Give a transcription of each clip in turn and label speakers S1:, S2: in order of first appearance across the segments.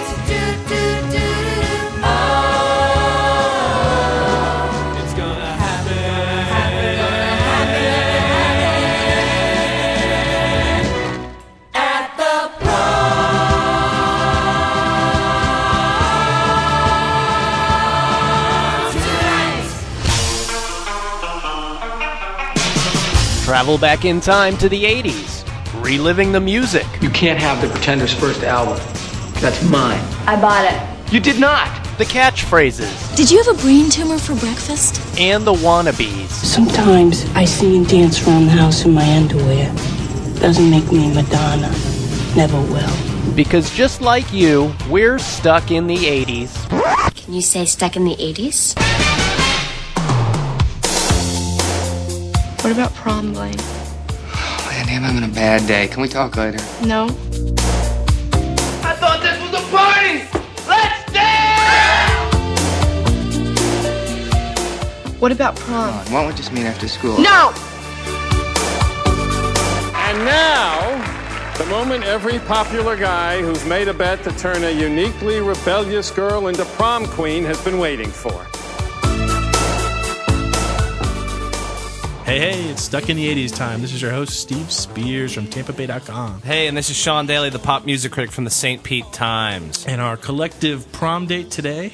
S1: Oh.
S2: Travel back in time to the 80s, reliving the music.
S3: You can't have the Pretenders' first album. That's mine.
S4: I bought it.
S3: You did not.
S2: The catchphrases
S5: Did you have a brain tumor for breakfast?
S2: and the wannabes.
S6: Sometimes I see you dance around the house in my underwear. Doesn't make me Madonna. Never will.
S2: Because just like you, we're stuck in the 80s.
S4: Can you say stuck in the 80s?
S7: What about prom, Blaine?
S8: Man, I'm having a bad day. Can we talk later?
S7: No?
S9: I thought this was a party! Let's dance!
S7: What about prom?
S8: Why don't we just meet after school?
S7: No!
S10: And now, the moment every popular guy who's made a bet to turn a uniquely rebellious girl into prom queen has been waiting for.
S11: Hey, hey, it's Stuck in the 80s time. This is your host, Steve Spears from TampaBay.com.
S12: Hey, and this is Sean Daly, the pop music critic from the St. Pete Times.
S11: And our collective prom date today.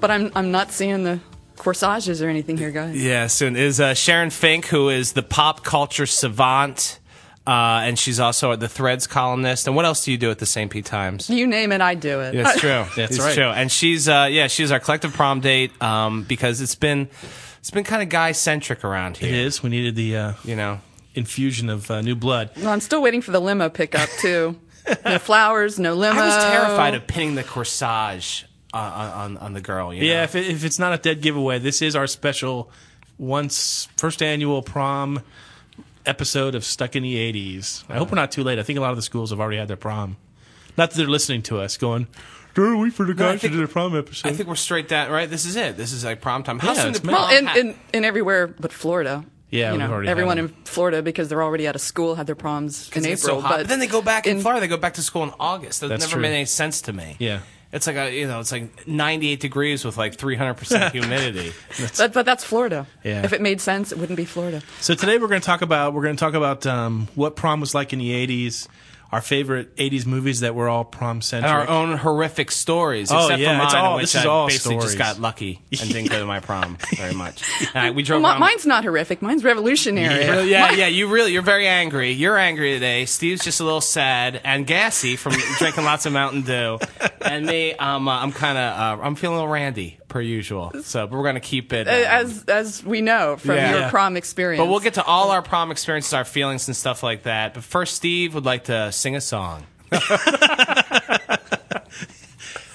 S1: But I'm I'm not seeing the corsages or anything here, guys.
S12: Yeah, soon is uh, Sharon Fink, who is the pop culture savant, uh, and she's also the Threads columnist. And what else do you do at the St. Pete Times?
S1: You name it, I do it.
S12: That's true.
S11: That's
S12: it's
S11: right.
S12: True. And she's uh, yeah, she's our collective prom date um, because it's been it's been kind of guy centric around
S11: It
S12: here.
S11: is. We needed the uh,
S12: You know.
S11: infusion of uh, new blood.
S1: Well, I'm still waiting for the limo pickup too. no flowers, no limo.
S12: I was terrified of pinning the corsage on on, on the girl. You
S11: Yeah,
S12: know?
S11: if, it, if it's not a dead giveaway, this is our special once first annual prom episode of Stuck in the 80s. I hope we're not too late. I think a lot of the schools have already had their prom. Not that they're listening to us going, don't we for the
S12: I
S11: guys to
S12: think-
S11: do their prom episode.
S12: I think we're straight down right. This is it. This is like prom time. How
S11: Yeah,
S12: soon?
S11: it's
S12: did
S11: May.
S12: prom
S1: well, in,
S12: ha-
S1: in, in everywhere but Florida.
S11: Yeah,
S1: you
S11: we've
S1: know,
S11: already had
S1: everyone
S11: them.
S1: in Florida because they're already out of school had their proms in April.
S12: It's so hot. But, then they go back in, Florida. They go back to school in August. That
S11: That's
S12: never
S11: true.
S12: made any sense to me.
S11: Yeah.
S12: It's like a, you know, it's like 98 degrees with like 300 percent humidity.
S1: But, but that's Florida.
S11: Yeah.
S1: If it made sense, it wouldn't be Florida.
S11: So today we're going to talk about we're going to talk about um, what prom was like in the '80s, our favorite '80s movies that were all prom
S12: and
S11: centric.
S12: our own horrific stories.
S11: Oh,
S12: except
S11: yeah,
S12: for mine,
S11: it's all-
S12: in which
S11: this is
S12: I
S11: all
S12: basically
S11: stories.
S12: just got lucky and didn't go to my prom very much. And I- we drove.
S1: Well, mi-
S12: around-
S1: mine's not horrific. Mine's revolutionary.
S12: Yeah, yeah, yeah, you really, you're very angry. You're angry today. Steve's just a little sad and gassy from drinking lots of Mountain Dew, and me, um, uh, I'm kind of, uh, I'm feeling a little randy per usual. So, but we're gonna keep it um,
S1: As as we know from
S12: Yeah.
S1: your
S12: Yeah.
S1: prom experience.
S12: But we'll get to all our prom experiences, our feelings, and stuff like that. But first, Steve would like to sing a song.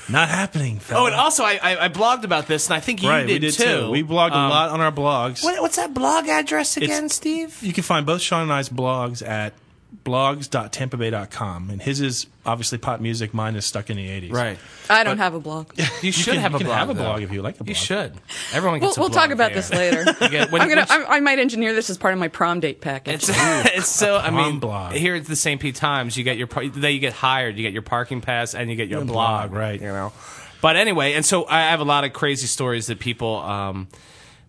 S11: Not happening. Fella.
S12: Oh, and also, I, I, I blogged about this, and I think you
S11: right,
S12: did,
S11: we did We blogged a
S12: Um,
S11: lot on our blogs.
S12: What, what's that blog address again, Steve?
S11: You can find both Sean and I's blogs at blogs.tampabay.com, and his is obviously pop music. Mine is stuck in the '80s.
S1: I don't have a blog.
S12: You should
S11: can-
S12: have
S11: you
S12: a
S11: can
S12: blog.
S11: have a blog
S12: though.
S11: if you like the
S12: You
S11: blog.
S12: should. Everyone
S1: We'll,
S12: gets
S1: we'll
S12: a blog
S1: talk about
S12: there.
S1: this later.
S12: Yeah, when-
S1: I'm gonna,
S12: which-
S1: I, I might engineer this as part of my prom date package.
S12: It's, it's so. I
S11: Prom
S12: mean,
S11: blog.
S12: here at the St. Pete Times, you get your par- then you get hired, you get your parking pass, and you get your
S11: And
S12: blog,
S11: blog, right.
S12: You know. But anyway, and so I have a lot of crazy stories that people um,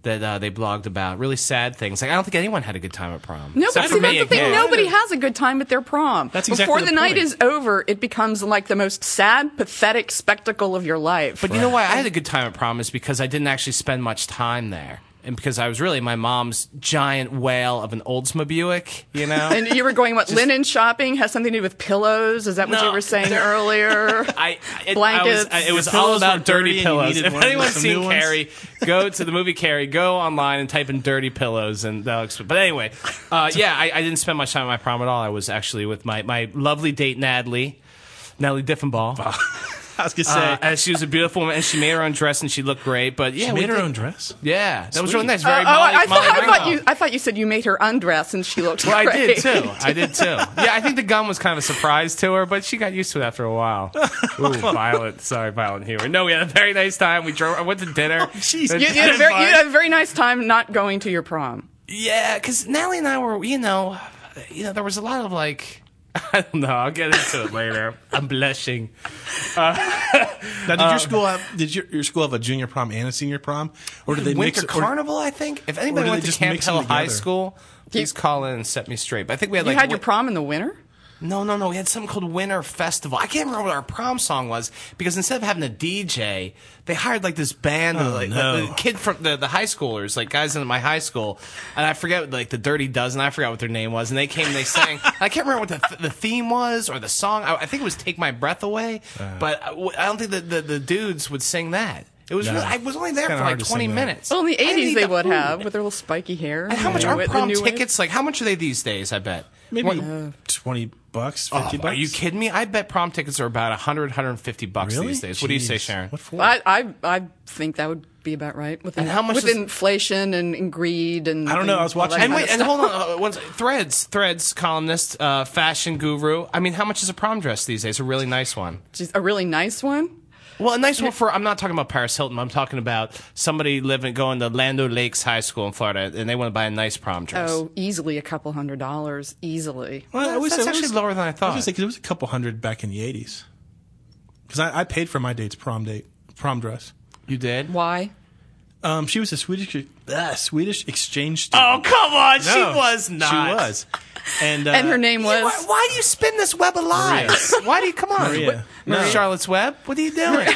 S12: that uh, they blogged about, really sad things. Like I don't think anyone had a good time at prom.
S1: No, but
S12: Except
S1: see,
S12: for me
S1: that's the thing.
S12: again.
S1: Nobody has a good time at their prom.
S11: That's
S1: Before
S11: exactly the
S1: the night
S11: point.
S1: is over, it becomes like the most sad, pathetic spectacle of your life.
S12: But you know why I had a good time at prom is because I didn't actually spend much time there, and because I was really my mom's giant whale of an Oldsmobile, you know.
S1: and you were going, what, linen shopping has something to do with pillows? Is that what
S12: No.
S1: you were saying earlier?
S12: I, it,
S1: Blankets.
S12: I was, I, it was
S11: pillows
S12: all about
S11: were dirty
S12: dirty
S11: and you
S12: pillows.
S11: needed
S12: If
S11: one with
S12: anyone's
S11: some
S12: seen
S11: new ones.
S12: Carrie, go to the movie Carrie, go online and type in dirty pillows, and that'll explain. But anyway, uh, yeah, I, I didn't spend much time at my prom at all. I was actually with my, my lovely date, Natalie, Natalie Diffenbaugh.
S11: I was gonna say
S12: Uh, and she was a beautiful woman, and she made her own dress, and she looked great. But yeah,
S11: she
S12: we
S11: made her
S12: did-
S11: own dress.
S12: Yeah, that was
S11: Sweet.
S12: really nice.
S1: Oh,
S12: Very
S1: oh,
S12: Molly,
S1: I, thought,
S12: Molly
S1: I, thought
S12: Ringwald.
S1: you, I thought you said you made her undress and she looked
S12: Well, I did
S1: great.
S12: too. I did too. Yeah, I think the gun was kind of a surprise to her, but she got used to it after a while. Ooh, violent. Sorry, violent humor. No, we had a very nice time. We drove. I went to dinner.
S11: Oh, jeez.
S12: And-
S1: You, you had a very, you had a very nice time not going to your prom.
S12: yeah, because Natalie and I were, you know, you know, there was a lot of like. I don't know. I'll get into it later. I'm blushing.
S11: Now, did your school have uh, did your, your school have a junior prom and a senior prom, or did they
S12: Winter
S11: mix or-
S12: Carnival, I think. If anybody
S11: do
S12: went
S11: they
S12: to
S11: just
S12: Camp
S11: mix them
S12: Hill High
S11: together?
S12: School, please call in and set me straight. But I think we had
S1: You
S12: like
S1: had your
S12: wi-
S1: prom in the winter?
S11: No, no, no. We had something called Winter Festival. I can't remember what our prom song was because instead of having a DJ, they hired like this band,
S12: Oh,
S11: like
S12: no.
S11: the, the kid from the, the high schoolers, like guys in my high school, and I forget like the Dirty Dozen. I forgot what their name was, and they came, and they sang. I can't remember what the, the theme was or the song. I, I think it was "Take My Breath Away,"
S12: Uh-huh.
S11: but I, w- I don't think the, the the dudes would sing that. It was
S12: No.
S11: really, I was only there
S12: It's kinda
S11: for
S12: hard
S11: like
S12: to
S11: twenty
S12: sing that.
S11: minutes.
S4: Well, in the
S11: I didn't
S4: eighties,
S11: eat
S4: they
S11: the
S4: would
S11: food.
S4: have with their little spiky hair.
S11: And how much
S4: The
S11: are
S4: new- the
S11: prom
S4: new wave.
S11: tickets? Like, how much are they these days? I bet
S12: Maybe
S11: What-
S12: twenty bucks,
S11: Oh,
S12: fifty bucks.
S11: Are you kidding me? I bet prom tickets are about 100, 150 bucks
S12: Really?
S11: these days. What do you say,
S12: Jeez.
S11: Sharon?
S12: What for?
S4: I, I I think that would be about right with,
S11: And how much
S4: with
S11: is-
S4: inflation and, and greed and
S12: I don't know,
S4: and
S12: I was
S4: all that
S12: watching-
S11: And
S4: kind
S11: wait,
S4: of
S11: and
S4: stuff.
S11: hold on. uh, One, sec- threads, threads, columnist, uh, fashion guru. I mean, how much is a prom dress these days? A really nice one.
S4: Just a really nice one.
S11: Well, a nice one for. I'm not talking about Paris Hilton. I'm talking about somebody living going to Lando Lakes High School in Florida, and they want to buy a nice prom dress.
S4: Oh, easily a couple hundred dollars, easily.
S12: Well, I
S11: That's-
S12: was-
S11: that's
S12: I was-
S11: actually lower than I
S12: I was
S11: thought.
S12: gonna say, 'cause it was a couple hundred back in the eighties. Because I, I paid for my date's prom date, prom dress.
S11: you did?
S4: Why?
S12: Um, she was a Swedish uh, Swedish exchange
S11: Oh
S12: student.
S11: come on! She
S12: No,
S11: was not.
S12: She was, and uh,
S4: And her name was
S11: Why, why do you spin this web of lies? Why do you come on?
S12: Maria.
S11: What- Charlotte's Web? What are you doing?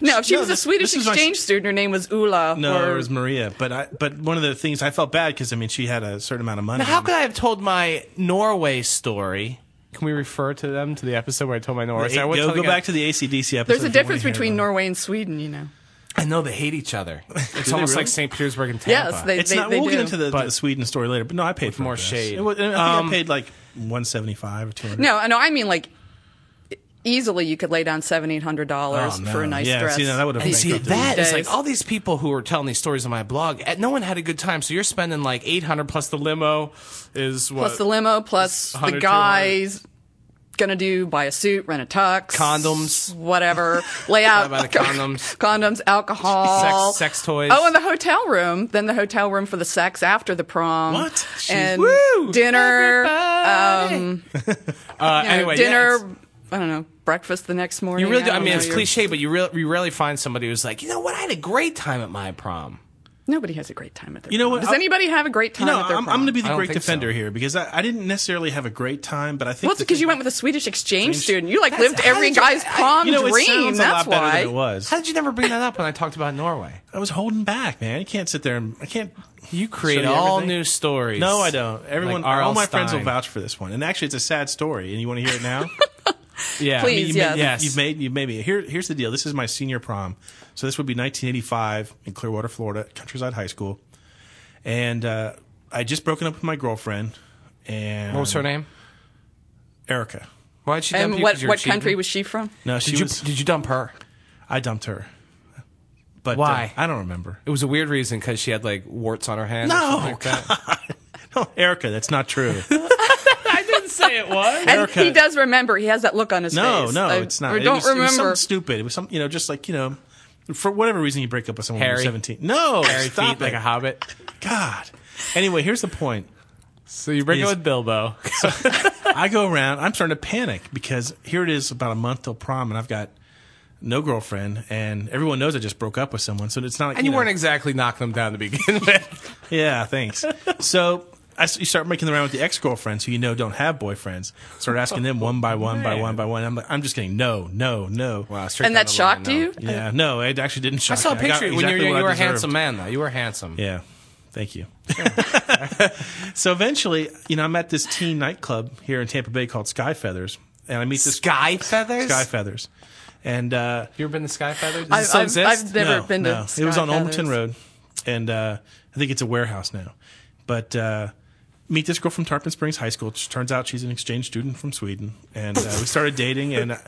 S4: no. If she
S12: no,
S4: was
S12: this-
S4: a Swedish
S12: this was my-
S4: exchange student, her name was Ula.
S12: No,
S4: or,
S12: it was Maria. But I, but one of the things I felt bad because I mean she had a certain amount of money.
S11: Now, how could I have told my Norway story? Can we refer to them to the episode where I told my Norway
S12: Hey,
S11: story? I would
S12: go
S11: tell
S12: go
S11: the guy-
S12: back to the
S4: there's
S12: ACDC episode.
S4: a
S12: if you wanna
S4: difference
S12: hear
S4: between
S12: about it.
S4: Norway and Sweden, you know.
S11: I know they hate each other. It's
S12: they
S11: almost
S12: really?
S11: like St. Petersburg and Tampa.
S4: Yes, they,
S12: It's
S4: they,
S12: not.
S4: they
S12: we'll
S4: do.
S12: get into the,
S11: But-
S12: the Sweden story later. But no, I paid for
S11: more
S12: a dress.
S11: shade.
S12: It was, I, think
S11: Um,
S12: I paid like one seventy five or two hundred.
S4: No, no, I mean like easily you could lay down seven, eight hundred dollars
S12: Oh, no.
S4: for a nice
S12: Yeah,
S4: dress.
S12: see, now that would've
S11: And
S12: Right.
S11: see,
S12: Right.
S11: that is
S4: Days.
S11: like all these people who are telling these stories on my blog. eh, No one had a good time, so you're spending like 800 plus the limo is what
S4: plus the limo, plus the
S11: 100,
S4: guys gonna do buy a suit, rent a tux,
S11: Condoms.
S4: whatever, lay out
S11: about the condoms.
S4: condoms, alcohol,
S11: Sex- sex toys.
S4: Oh, and the hotel room. Then the hotel room for the sex after the prom.
S12: What? Jeez.
S4: And
S11: Woo!
S4: dinner.
S11: Everybody!
S4: Um,
S11: Uh,
S4: you know,
S11: anyway, yeah,
S4: dinner.
S11: it's-
S4: I don't know. Breakfast the next morning.
S11: You really do. I
S4: don't
S11: mean,
S4: know,
S11: it's
S4: you're-
S11: cliche, but you, real you rarely find somebody who's like, you know what? I had a great time at my prom.
S4: Nobody has a great time at their.
S12: You know
S4: prom.
S12: what?
S4: Does
S12: I'll-
S4: anybody have a great time
S12: No,
S4: at their
S12: I'm,
S4: prom?
S12: I'm going to be
S11: I
S12: the
S11: don't
S12: great
S11: think so.
S12: defender here because I, I didn't necessarily have a great time, but I think
S4: Well, it's
S12: the
S4: because you
S12: thing-
S4: went with a Swedish exchange student. You like
S11: That's-
S4: lived
S11: how
S4: every
S11: did you-
S4: guy's
S11: I-
S4: prom
S12: You know, it
S4: dream.
S12: sounds a
S4: That's
S12: lot better
S4: why.
S12: than it was.
S11: How did you never bring that up when I talked about Norway?
S12: I was holding back, man. I can't sit there and I can't.
S11: You create
S12: show you
S11: all
S12: everything.
S11: new stories.
S12: No, I don't. Everyone,
S11: Like R.L.
S12: all my friends will
S11: Stein.
S12: vouch for this one. And actually, it's a sad story. And you want to hear it now?
S11: Yeah.
S4: Please,
S12: you
S4: yes.
S12: made,
S11: Yes.
S12: You've made you made me. Here, here's the deal. This is my senior prom, so this would be 1985 in Clearwater, Florida, Countryside High School, and uh, I had just broken up with my girlfriend. And
S11: What was her name?
S12: Erica.
S11: Why'd she dump
S4: And
S11: you?
S4: what
S11: 'Cause you were
S4: what country
S11: cheating?
S4: was she from?
S12: No, she
S11: Did you,
S12: was.
S11: did you dump her?
S12: I dumped her. But uh,
S11: Why?
S12: I don't remember.
S11: It was a weird reason because she had like warts on her hand.
S12: No,
S11: or something like that.
S12: No, Erica, that's not true.
S11: I didn't say it was.
S4: And
S12: Erica.
S4: he does remember. He has that look on his
S12: No,
S4: face.
S12: no,
S4: I-
S12: it's not.
S4: I
S12: It
S4: don't
S12: was- It was
S4: remember.
S12: something stupid. It was some, you know, just like you know, for whatever reason you break up with someone when
S11: Harry.
S12: you're seventeen. No,
S11: Hairy
S12: stop
S11: feet like
S12: it.
S11: a hobbit.
S12: God. Anyway, here's the point.
S11: So you break
S12: Yes.
S11: up with Bilbo.
S12: I go around. I'm starting to panic because here it is, about a month till prom, and I've got no girlfriend, and everyone knows I just broke up with someone. So it's not like
S11: And you
S12: know-
S11: weren't exactly knocking them down to begin with.
S12: Yeah, thanks. so I s you start making the round with the ex girlfriends who you know don't have boyfriends. Start asking them one by one by
S11: man.
S12: one by one. I'm like, I'm just getting no, no, no.
S11: Wow, straight
S4: And
S11: down
S4: that
S11: the line,
S4: shocked
S11: no.
S4: you?
S12: Yeah, no, it actually didn't
S11: I
S12: shock
S11: saw a
S12: me. got
S11: picture when you
S12: exactly
S11: were,
S12: what
S11: you
S12: I
S11: were a
S12: deserved.
S11: handsome man, though. You were handsome.
S12: Yeah. Thank you. so eventually, you know, I'm at this teen nightclub here in Tampa Bay called Sky Feathers, and I meet this
S11: Sky feathers.
S12: Sky Feathers, and uh,
S11: You ever been to Sky Feathers? Does it
S4: I've,
S11: still
S4: I've,
S11: exist?
S4: I've never
S12: no,
S4: been to.
S12: no.
S4: Sky
S12: it was on
S4: Feathers.
S12: Olmerton Road, and uh, I think it's a warehouse now. But uh, meet this girl from Tarpon Springs High School. It turns out she's an exchange student from Sweden, and uh, we started dating. And uh,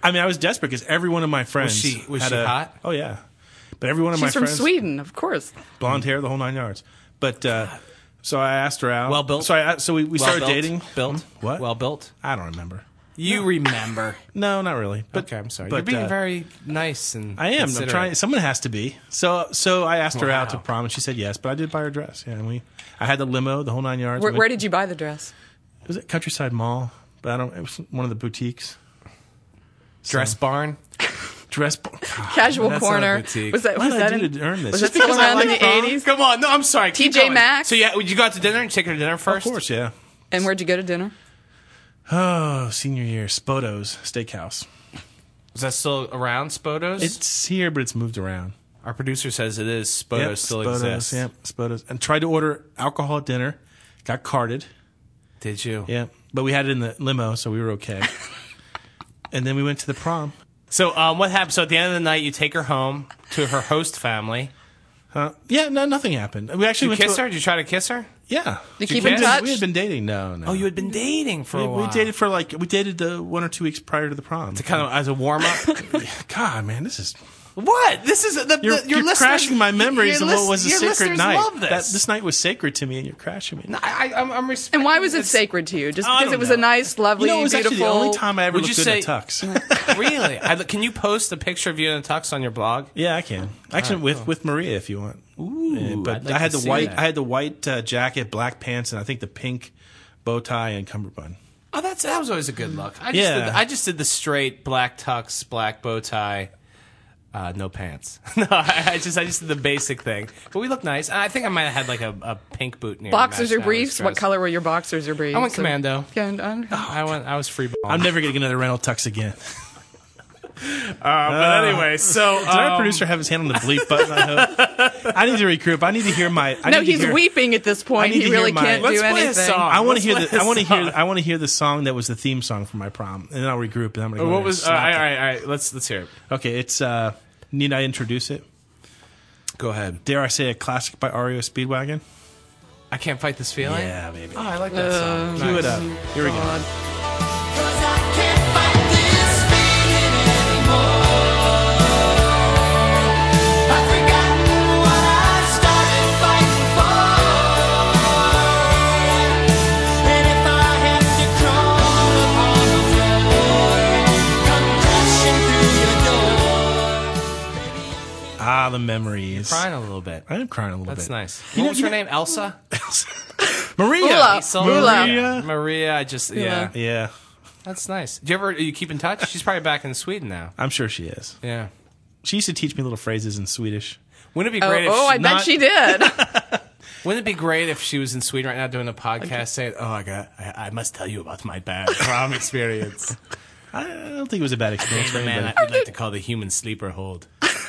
S12: I mean, I was desperate because every one of my friends
S11: she- was
S12: had
S11: she
S12: a-
S11: hot?
S12: Oh yeah, but every one of my
S4: She's from
S12: friends,
S4: Sweden, of course.
S12: blonde hair, the whole nine yards. But uh, so I asked her out.
S11: Well built?
S12: So I, uh, so we, we
S11: Well
S12: started
S11: built?
S12: dating. Hmm?
S11: Built.
S12: What?
S11: Well built.
S12: I don't remember.
S11: You remember.
S12: No, not really. But,
S11: okay, I'm sorry.
S12: but,
S11: You're being
S12: uh,
S11: very nice and
S12: I am. I'm
S11: considerate.
S12: trying. Someone has to be. So, so I asked her out to
S11: Wow.
S12: prom, and she said yes. But I did buy her dress. Yeah, and we. I had the limo, the whole nine yards.
S4: Where,
S12: We-
S4: where did you buy the dress?
S12: it was at Countryside Mall? But I don't. It was one of the boutiques.
S11: Dress barn.
S12: Dress. bar-
S4: Casual
S11: That's not a
S4: corner.
S11: boutique.
S4: Was that
S12: What
S4: was
S12: did I
S4: that
S12: do
S4: in,
S12: to earn this?
S4: Was that
S12: Just
S4: still
S12: because I
S4: around in
S12: like
S4: the
S12: prom?
S4: eighties?
S11: Come on. No, I'm sorry. Keep
S4: TJ
S11: going.
S4: Maxx?
S11: So yeah, you go out to dinner and take her to dinner
S12: Of
S11: first.
S12: course, yeah.
S4: And where'd you go to dinner?
S12: Oh, senior year, Spoto's Steakhouse.
S11: Is that still around, Spoto's?
S12: It's here, but it's moved around.
S11: Our producer says it is. Spoto's
S12: Yep,
S11: still
S12: Spoto's,
S11: exists.
S12: Yep, Spoto's. And tried to order alcohol at dinner, got carded.
S11: Did you?
S12: Yeah, but we had it in the limo, so we were okay. and then we went to the prom.
S11: So um, what happened? So at the end of the night, you take her home to her host family.
S12: Huh? Yeah, no, nothing happened. We actually
S11: Did you
S12: went
S11: kiss
S12: to a-
S11: her? Did you try to kiss her?
S12: Yeah,
S4: Did
S12: We
S4: you keep in
S12: had been-
S4: touch?
S12: We had been dating. No, no.
S11: Oh, you had been dating for
S12: we,
S11: a while.
S12: we dated for like we dated uh, one or two weeks prior to the prom.
S11: kind of as a warm up.
S12: God, man, this is
S11: what? This is the,
S12: you're,
S11: the,
S12: you're,
S11: listeners-
S12: crashing my memories
S11: your
S12: of what
S11: lis-
S12: was a
S11: your
S12: sacred
S11: listeners
S12: night.
S11: Love this.
S12: That, this night was sacred to me, and you're crashing me.
S11: I, I, I'm, I'm respecting.
S4: And why was it
S11: this.
S4: sacred to you? Just
S12: I
S4: because
S12: don't
S4: it was
S12: know.
S4: a nice, lovely,
S12: you know, it was
S4: beautiful.
S12: actually the only time I ever
S11: Would
S12: looked
S11: you
S12: good in a
S11: say-
S12: tux.
S11: really? I, can you post a picture of you in a tux on your blog?
S12: yeah, I can. Actually, with with Maria if you want.
S11: Ooh,
S12: Yeah, but
S11: I'd like
S12: I had
S11: to
S12: the
S11: see
S12: white.
S11: that.
S12: I had the white uh, jacket, black pants, and I think the pink bow tie and cummerbund.
S11: Oh, that's that was always a good look. I just
S12: Yeah.
S11: did, I just did the straight black tux, black bow tie, uh, no pants. no, I, I just I just did the basic thing. But we look nice. And I think I might have had like a, a pink boot near.
S4: Boxers
S11: matched
S4: or
S11: that
S4: briefs?
S11: dress.
S4: What color were your boxers or briefs?
S11: I went commando.
S4: And, and,
S11: I went. I was free.
S12: I'm never getting another rental tux again.
S11: but anyway, so
S12: Did our producer have his hand on the bleep button? I, hope? I need to regroup. I need to hear my. I
S4: no,
S12: need to
S4: he's
S12: hear-
S4: weeping at this
S12: I
S4: point.
S12: need to
S4: He
S12: hear
S4: really
S12: my-
S4: can't
S11: Let's
S4: do
S11: play a
S4: anything.
S11: song.
S12: I want
S11: Let's
S12: to hear.
S11: play
S12: The, I
S11: a
S12: want to hear.
S11: song.
S12: I want to hear the song that was the theme song for my prom, and then I'll regroup. And I'm gonna. Go in
S11: What
S12: and
S11: was? Uh, all right,
S12: slap it.
S11: all right, all right. Let's let's hear it.
S12: Okay, it's. uh Need I introduce it?
S11: Go ahead.
S12: Dare I say a classic by REO Speedwagon?
S11: I can't fight this feeling.
S12: Yeah, baby.
S11: Oh, I like that song.
S12: Cue it up. Here we go. Ah, the memories.
S11: Crying a little bit.
S12: I am crying a little
S11: That's
S12: bit.
S11: nice.
S12: You
S11: what
S12: know-
S11: was
S12: you
S11: her name? Elsa.
S12: Maria.
S4: Ula.
S11: Elsa?
S4: Ula.
S11: Maria. Maria. I just yeah.
S12: Yeah,
S11: That's nice. Do you ever you keep in touch? She's probably back in Sweden now.
S12: I'm sure she is.
S11: Yeah.
S12: She used to teach me little phrases in Swedish.
S11: Wouldn't it be
S4: Oh,
S11: great? if
S4: oh, I
S11: not,
S4: bet she did.
S11: Wouldn't it be great if she was in Sweden right now doing a podcast saying, "Oh, I got, I, I must tell you about my bad prom experience."
S12: I I don't think it was a bad experience. for
S11: the man
S12: anybody.
S11: I would like to call the human sleeper hold,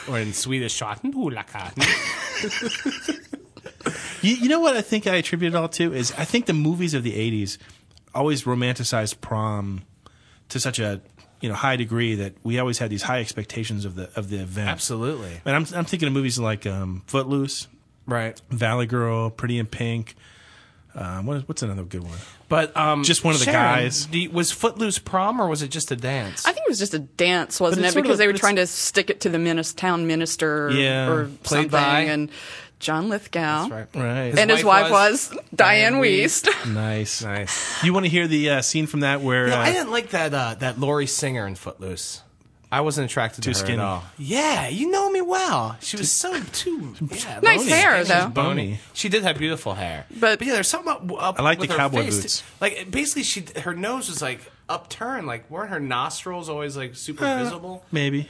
S11: or in Swedish, "Schattenhulakan."
S12: You, you know what I think I attribute it all to is I think the movies of the '80s always romanticized prom to such a you know high degree that we always had these high expectations of the of the event.
S11: Absolutely.
S12: And I'm I'm thinking of movies like um, Footloose,
S11: Right.
S12: Valley Girl, Pretty in Pink. Um, what is, what's another good one?
S11: But um,
S12: Just one of the
S11: Sharon,
S12: guys.
S11: do you- was Footloose prom or was it just a dance?
S4: I think it was just a dance, wasn't
S12: it's
S4: it?
S12: sort of
S4: Because
S12: a-
S4: they were
S12: but
S4: trying to stick it to the minis- town minister or-
S12: Yeah.
S4: or something,
S11: Played by-
S4: and John Lithgow.
S12: Right.
S4: And his wife was, Diane Weist.
S12: Nice.
S11: nice.
S12: You want to hear the uh, scene from that where
S11: No,
S12: uh,
S11: I didn't like that uh, that Lori Singer in Footloose. I wasn't attracted
S12: Too
S11: to her
S12: skinny.
S11: at all. Yeah, you know me well. She was so too yeah,
S4: Nice
S11: bony.
S4: hair,
S11: She was
S4: though.
S11: Bony.
S12: Bony.
S11: She did have beautiful hair,
S4: But-
S11: yeah, there's something up. up
S12: I like
S11: with
S12: the
S11: her
S12: cowboy
S11: face.
S12: boots.
S11: Like basically, she her nose was like upturned. Like weren't her nostrils always like super
S12: Uh,
S11: visible?
S12: Maybe.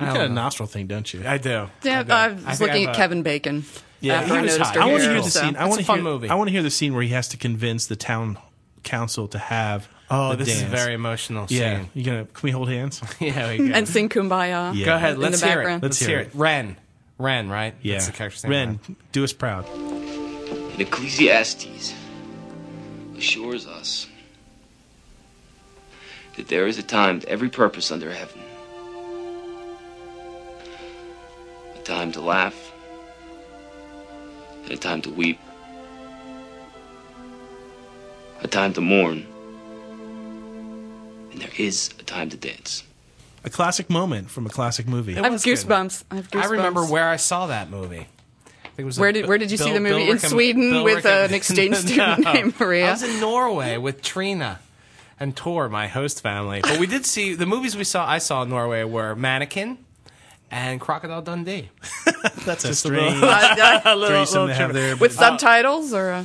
S12: You
S11: don't
S12: got a
S11: know.
S12: nostril thing, don't you?
S11: I do.
S4: Yeah,
S11: do.
S4: I was
S11: think
S4: looking
S11: I'm
S4: at
S11: a-
S4: Kevin Bacon.
S11: Yeah,
S4: after
S11: he
S4: I
S11: was
S4: noticed
S11: hot.
S4: her
S12: I want to
S4: hair,
S12: hear the
S4: so-
S12: scene. I
S11: It's
S12: want
S11: a
S12: to
S11: fun
S12: hear.
S11: movie.
S12: I want to hear the scene where he has to convince the town council to have.
S11: Oh,
S12: the
S11: this is a
S12: dance.
S11: very emotional scene.
S12: Yeah, you gonna? Can we hold hands?
S11: yeah we go.
S4: And sing Kumbaya.
S12: Yeah.
S11: go ahead.
S4: in
S11: let's
S4: the
S11: hear it.
S4: background.
S11: Let's hear it. Ren. Ren, right?
S12: Yeah.
S11: That's the character's name.
S12: Ren, do us proud.
S8: And Ecclesiastes assures us that there is a time to every purpose under heaven. A time to laugh, and a time to weep, a time to mourn, and there is a time to dance.
S12: A classic moment from a classic movie.
S4: I have
S11: was good.
S4: goosebumps. I have goosebumps.
S11: I remember where I saw that movie. I think it was
S4: Where
S11: a-
S4: did- where did you see the movie? In
S11: Rickham-
S4: Sweden with,
S11: Rickham-
S4: uh, an exchange student named Maria?
S11: I was in Norway with Trina and Tor, my host family. But we did see the movies we saw. I saw in Norway were Mannequin and Crocodile Dundee.
S12: That's a strange
S4: Uh,
S12: threesome they have there.
S4: with
S12: but-
S4: subtitles, or uh,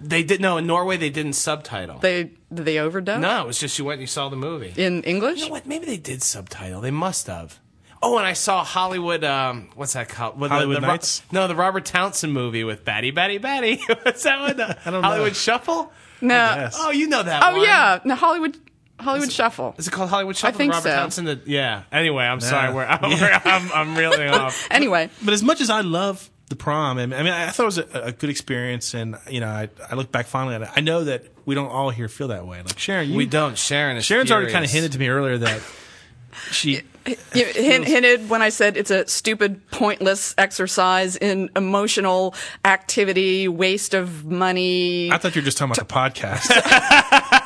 S11: They did no in Norway. They didn't subtitle.
S4: they did they overdub
S11: no, it was just you went and you saw the movie.
S4: in English?
S11: You know what? Maybe they did subtitle. They must have.
S12: Oh, and I saw Hollywood. Um, what's that called? What,
S11: Hollywood
S12: the, the, Ro-
S11: Nights?
S12: no, the Robert Townsend movie with Batty, Batty, Batty. what's that one? I
S11: don't know.
S12: Hollywood Shuffle.
S4: No.
S12: Oh, you know that.
S4: Oh
S12: one.
S4: yeah, no Hollywood Hollywood Shuffle.
S12: Is it called Hollywood Shuffle?
S4: I think
S12: Robert
S4: so.
S12: Townsand. The- yeah. Anyway, I'm
S11: Nah.
S12: sorry. We're, I'm, I'm, I'm reeling off.
S4: Anyway,
S11: But as much as I love the prom, I mean, I, mean, I thought it was a, a good experience, and you know, I, I look back fondly at it. I know that we don't all here feel that way. Like Sharon, you,
S12: We don't. Sharon is
S11: Sharon's already
S12: furious.
S11: kind of hinted to me earlier that she.
S4: you hint, hinted when I said it's a stupid, pointless exercise in emotional activity, waste of money.
S11: I thought you were just talking about the podcast.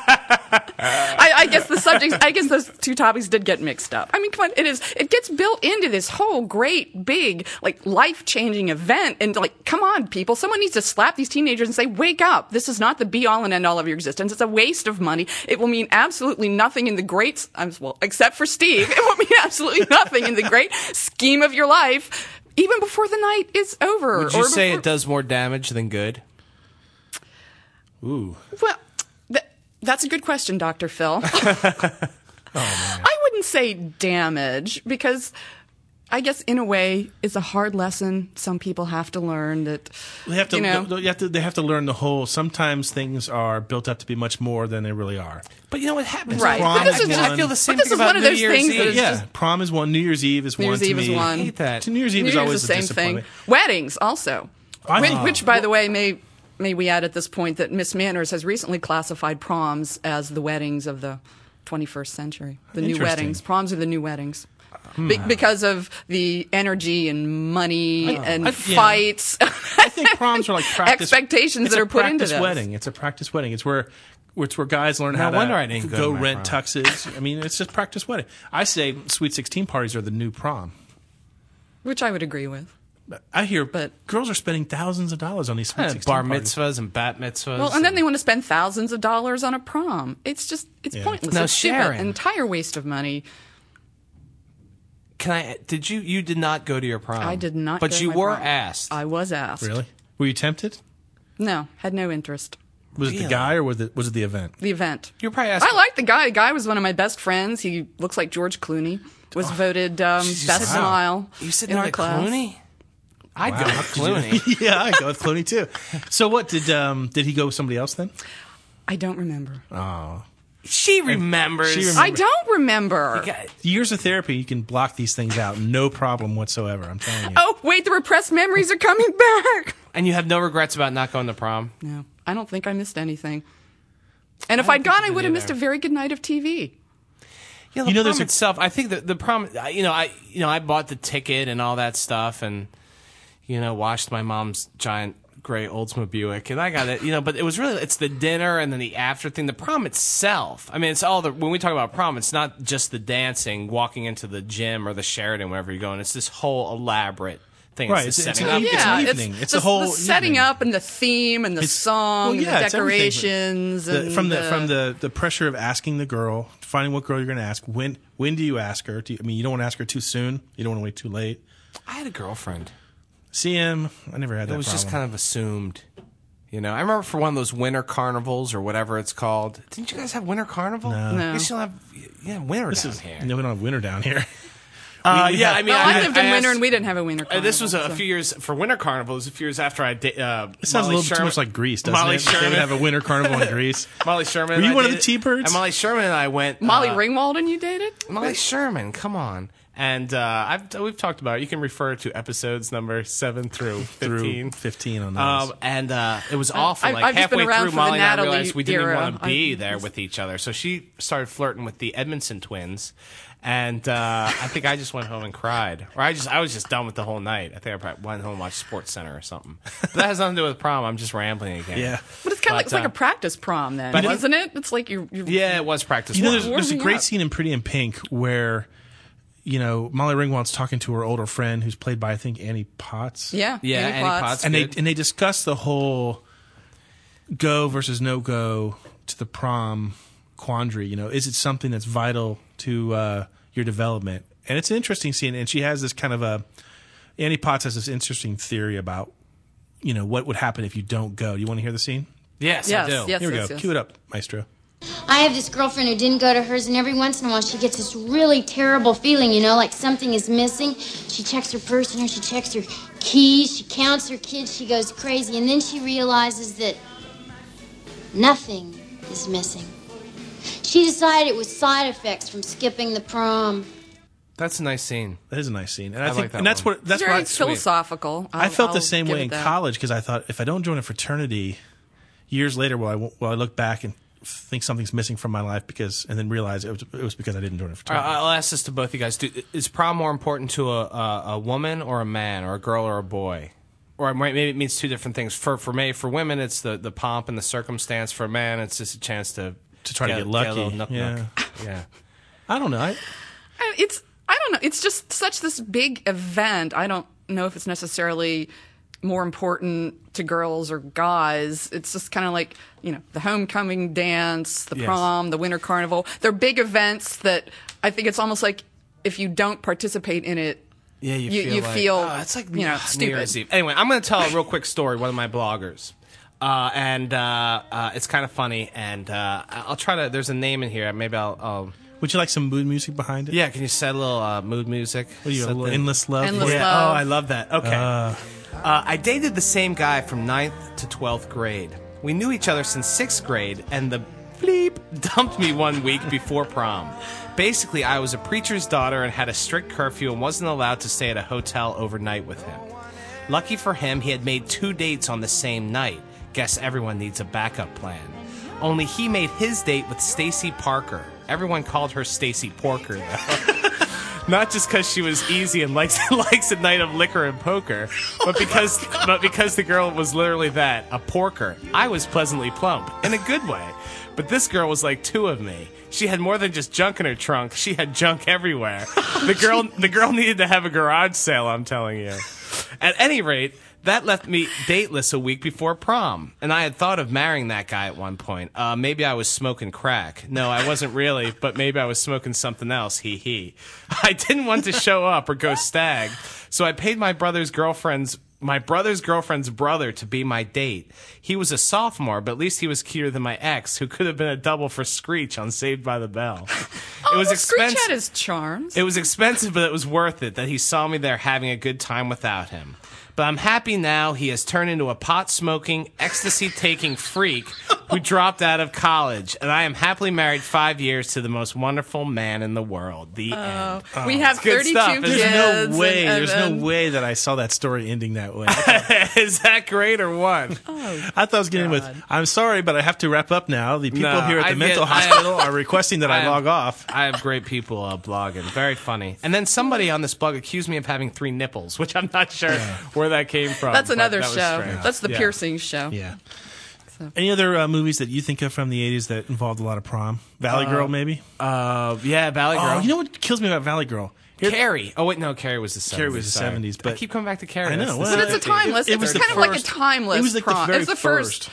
S4: I, I guess the subjects, I guess those two topics did get mixed up. I mean, come on, it is, it gets built into this whole great, big, like life changing event. And like, come on, people, someone needs to slap these teenagers and say, wake up. This is not the be all and end all of your existence. It's a waste of money. It will mean absolutely nothing in the great, I'm, well, except for Steve, it will mean absolutely nothing in the great scheme of your life. Even before the night is over,
S12: Would you
S4: or
S12: say
S4: before-
S12: it does more damage than good?
S11: Ooh.
S4: Well, th- that's a good question, Dr. Phil. I wouldn't say damage because I guess in a way it's a hard lesson some people have to learn that
S11: They have to,
S4: you know,
S11: they have to. They have to learn the whole. Sometimes things are built up to be much more than they really are.
S12: But you know what happens?
S4: Right.
S11: Prom
S4: But this
S11: is
S4: is,
S11: one-
S12: I feel the same
S4: but this
S12: thing
S4: is
S12: about
S4: one of
S12: New
S4: those
S12: Year's
S4: things that
S12: Eve.
S4: is
S11: yeah,
S4: just
S11: prom is one. New Year's Eve is
S4: New
S11: one
S4: Year's
S11: to
S4: Eve
S11: me.
S4: is one.
S12: I hate that.
S11: New Year's Eve
S4: New
S11: is
S4: Year's
S11: always
S4: the
S11: a
S4: same thing.
S11: disappointment. Ah.
S4: Weddings also,
S11: I
S4: which,
S11: know.
S4: which, by the way, may may we add at this point that Miss Manners has recently classified proms as the weddings of the 21st century. The new
S11: Interesting. Hmm.
S4: weddings, proms are the new weddings. Be- because of the energy and money and
S11: I- yeah.
S4: fights,
S11: I think proms are like practice
S4: Expectations
S11: it's
S4: that
S11: a
S4: are put into
S11: practice
S4: this.
S11: wedding. It's a practice wedding. It's where it's where guys learn how to
S12: wonder I didn't go to my
S11: rent
S12: prom.
S11: tuxes. I mean, it's just practice wedding. I say sweet sixteen parties are the new prom.
S4: which I would agree with.
S11: I hear,
S4: But-
S11: girls are spending thousands of dollars on these sweet
S12: Yeah,
S11: 16
S12: Eh, bar
S11: parties.
S12: mitzvahs and bat mitzvahs.
S4: Well, and then they want to spend thousands of dollars on a prom. It's just it's pointless.
S12: Now,
S4: it's stupid.
S12: Sharon.
S4: entire waste of money.
S12: Can I? Did you? You did not go to your prom.
S11: Um,
S4: I did not.
S12: But
S4: go to
S12: you
S4: my
S12: were
S4: prom.
S12: asked.
S4: I was asked.
S11: Really? Were you tempted?
S4: No, had no interest.
S11: Was it the
S12: Really?
S11: guy or was it was it the event?
S4: The event.
S12: You're probably asking.
S4: I like the guy. The guy was one of my best friends. He looks like George Clooney.
S11: Oh.
S4: Was voted um,
S12: Jesus,
S4: best
S12: wow.
S4: smile
S12: You sitting
S4: in
S12: there
S4: our
S12: with
S4: class.
S12: Clooney? I'd go with
S11: Wow.
S12: Clooney.
S11: yeah, I go with Clooney too. So what did um did he go with somebody else then?
S4: I don't remember.
S11: Oh,
S12: She remembers.
S11: She remembers.
S4: I don't remember.
S12: God,
S11: years of therapy, you can block these things out, no problem whatsoever. I'm telling you.
S4: Oh wait, the repressed memories are coming back.
S12: And you have no regrets about not going to prom.
S4: No, I don't think I missed anything. And if I'd gone, I would have missed a very good night of TV.
S12: You know, the
S11: You know, there's
S12: prom
S11: a-
S12: itself. I think the the prom. I- You know, I you know I bought the ticket and all that stuff, and you know washed my mom's giant gray Oldsmobile Buick, and I got it. You know, but it was really it's the dinner and then the after thing. The prom itself. I mean, it's all the when we talk about prom, it's not just the dancing, walking into the gym or the Sheraton, wherever you're going. It's this whole elaborate thing.
S11: Right,
S12: It's
S11: it's-
S12: the
S11: it's
S12: setting
S11: an evening.
S12: up. It's-
S11: an evening. It's a
S4: the-
S11: whole
S4: the setting
S11: evening.
S4: up and the theme and the
S11: It's-
S4: song
S11: well, yeah,
S4: and the
S11: it's everything.
S4: decorations
S11: The-
S4: and
S11: from the,
S4: the
S11: from the, the pressure of asking the girl, finding what girl you're going to ask. When when do you ask her? Do you, I mean, you don't want to ask her too soon. You don't want to wait too late.
S12: I had a girlfriend.
S11: CM, I never had that.
S12: It was
S11: problem.
S12: just kind of assumed. You know, I remember for one of those winter carnivals or whatever it's called. Didn't you guys have winter carnival?
S11: No.
S4: No.
S12: You still have yeah, winter
S11: This
S12: down
S11: is
S12: here.
S11: no, we don't have winter down here.
S12: Uh,
S11: we
S12: yeah,
S11: have-
S12: I mean,
S4: well,
S12: I,
S4: I, lived in winter
S12: asked-
S4: and we didn't have a winter.
S12: uh, this was a
S4: carnival, so-
S12: few years for winter carnival. It was a few years after I did. Uh,
S11: It sounds
S12: Molly
S11: a little bit too
S12: Sherman-
S11: much like Greece, doesn't
S12: Molly
S11: it? They
S12: Sherman.
S11: would have a winter carnival in Greece.
S12: Molly Sherman.
S11: Were you
S12: and I
S11: one of the
S12: did-
S11: T-birds?
S12: And Molly Sherman and I went.
S4: Molly
S12: uh,
S4: Ringwald and you dated?
S12: Molly Sherman, come on. And uh, I've we've talked about it. You can refer to episodes number seven through
S11: Through
S12: fifteen.
S11: 15 on those.
S12: Um, and uh, it was awful.
S4: I've-
S12: like
S4: I've just been
S12: halfway
S4: around
S12: through,
S4: for the
S12: Molly and I
S4: Natalie
S12: realized we didn't
S4: era.
S12: want to be
S4: I-
S12: there with each other. So she started flirting with the Edmondson twins, and uh, I think I just went home and cried, or I just I was just done with the whole night. I think I probably went home and watched Sports Center or something. But that has nothing to do with prom. I'm just rambling again.
S11: yeah.
S4: But it's kind of like,
S12: But,
S4: it's like
S12: uh,
S4: a practice prom then,
S12: but-
S4: isn't it? It's like you. you
S12: yeah, it was practice.
S11: You know,
S12: one.
S11: there's, there's a
S4: warming
S11: great
S4: up.
S11: scene in Pretty in Pink where, you know, Molly Ringwald's talking to her older friend who's played by, I think, Annie Potts.
S4: Yeah.
S12: Yeah,
S4: Annie
S12: Annie
S4: Potts.
S12: Potts.
S11: and they
S12: good.
S11: and they discuss the whole go versus no go to the prom quandary. You know, is it something that's vital to uh, your development? And it's an interesting scene. And she has this kind of a Annie Potts has this interesting theory about you know what would happen if you don't go. You want to hear the scene?
S12: yes, I
S4: Yes,
S12: do.
S4: yes.
S11: Here we go.
S4: yes.
S11: Cue it up, Maestro.
S1: I have this girlfriend who didn't go to hers, and every once in a while she gets this really terrible feeling, you know, like something is missing. She checks her purse and she checks her keys, she counts her kids, she goes crazy, and then she realizes that nothing is missing. She decided it was side effects from skipping the prom.
S12: That's a nice scene.
S11: That is a nice scene, and
S12: I
S11: I, think,
S12: like that
S11: and that's
S12: one.
S11: what that's
S4: Very
S11: why
S4: philosophical.
S11: I
S4: I'll-
S11: felt
S4: I'll
S11: the same
S4: give
S11: way
S4: it
S11: in
S4: that.
S11: college because I thought if I don't join a fraternity, years later, will I will I look back and think something's missing from my life because, and then realize it was it was because I didn't join a
S12: All
S11: fraternity.
S12: right, I'll ask this to both you guys: Do, Is prom more important to a, a a woman or a man, or a girl or a boy? Or may- maybe it means two different things. For for me, for women, it's the, the pomp and the circumstance. For men, it's just a chance to
S11: To try to get
S12: a
S11: lucky,
S12: little nook
S11: yeah.
S12: nook. yeah.
S11: I don't know. I,
S4: I- It's I don't know. It's just such this big event. I don't know if it's necessarily more important to girls or guys. It's just kind of like you know the homecoming dance, the
S13: Yes.
S4: prom, the winter carnival. They're big events that I think it's almost like if you don't participate in it,
S12: Yeah, you
S4: you
S12: feel like-
S4: oh, it's like you know
S12: New
S4: stupid.
S12: Year's Eve. Anyway, I'm going to tell a real quick story. One of my bloggers, uh, and uh, uh, it's kind of funny. And uh, I- I'll try to. There's a name in here. Maybe I'll. I'll
S11: Would you like some mood music behind it?
S12: Yeah, can you set a little uh, mood music? What
S11: do you, a little Endless Love? Endless
S12: yeah.
S11: Love.
S12: Oh, I love that. Okay. Uh, I dated the same guy from 9th to 12th grade. We knew each other since 6th grade, and the bleep dumped me one week before prom. Basically, I was a preacher's daughter and had a strict curfew and wasn't allowed to stay at a hotel overnight with him. Lucky for him, he had made two dates on the same night. Guess everyone needs a backup plan. Only he made his date with Stacy Parker. Everyone called her Stacy Porker, though. Not just because she was easy and likes likes a night of liquor and poker, but because but because the girl was literally that a porker. I was pleasantly plump in a good way, but this girl was like two of me. She had more than just junk in her trunk; she had junk everywhere. The girl the girl needed to have a garage sale. I'm telling you. At any rate, that left me dateless a week before prom, and I had thought of marrying that guy at one point. Uh, maybe I was smoking crack. No, I wasn't really, but maybe I was smoking something else. Hee hee. I didn't want to show up or go stag, so I paid my brother's girlfriend's my brother's girlfriend's brother to be my date. He was a sophomore, but at least he was cuter than my ex, who could have been a double for Screech on Saved by the Bell.
S4: Oh,
S12: it was
S4: well, Screech
S12: expensive.
S4: had his charms.
S12: It was expensive, but it was worth it that he saw me there having a good time without him. But I'm happy now he has turned into a pot smoking, ecstasy taking freak who dropped out of college. And I am happily married five years to the most wonderful man in the world. The
S4: Oh,
S12: end.
S4: we have
S12: it's good
S4: 32
S12: stuff.
S4: kids.
S11: There's no way.
S4: and-
S11: there's
S4: and-
S11: no way that I saw that story ending that way.
S12: Is that great or what?
S11: I thought I was getting with. I'm sorry, but I have to wrap up now. The people
S12: No,
S11: here at the
S12: I
S11: mental
S12: get- I-
S11: hospital are requesting that I,
S12: have-
S11: log off.
S12: I have great people uh, blogging. Very funny. And then somebody on this blog accused me of having three nipples, which I'm not sure where that came from.
S4: That's
S12: but
S4: another
S12: that was
S4: show.
S12: strange.
S4: That's the
S12: Yeah.
S4: piercings show.
S11: Yeah. Any other uh, movies that you think of from the '80s that involved a lot of prom? Valley
S12: Uh,
S11: Girl, maybe.
S12: Uh, yeah, Valley
S11: Oh,
S12: Girl.
S11: you know what kills me about Valley Girl?
S12: Carrie. Oh wait, no, Carrie was the 70s.
S11: Carrie was the
S12: sorry.
S11: 70s, but
S12: I keep coming back to Carrie.
S11: I know,
S12: That's the
S11: well,
S4: But it's a
S12: 70s.
S4: timeless.
S11: It
S4: it's
S11: was the
S4: kind of like a
S11: first-
S4: timeless
S11: it was like the
S4: prom.
S11: very
S4: it was the first,
S11: first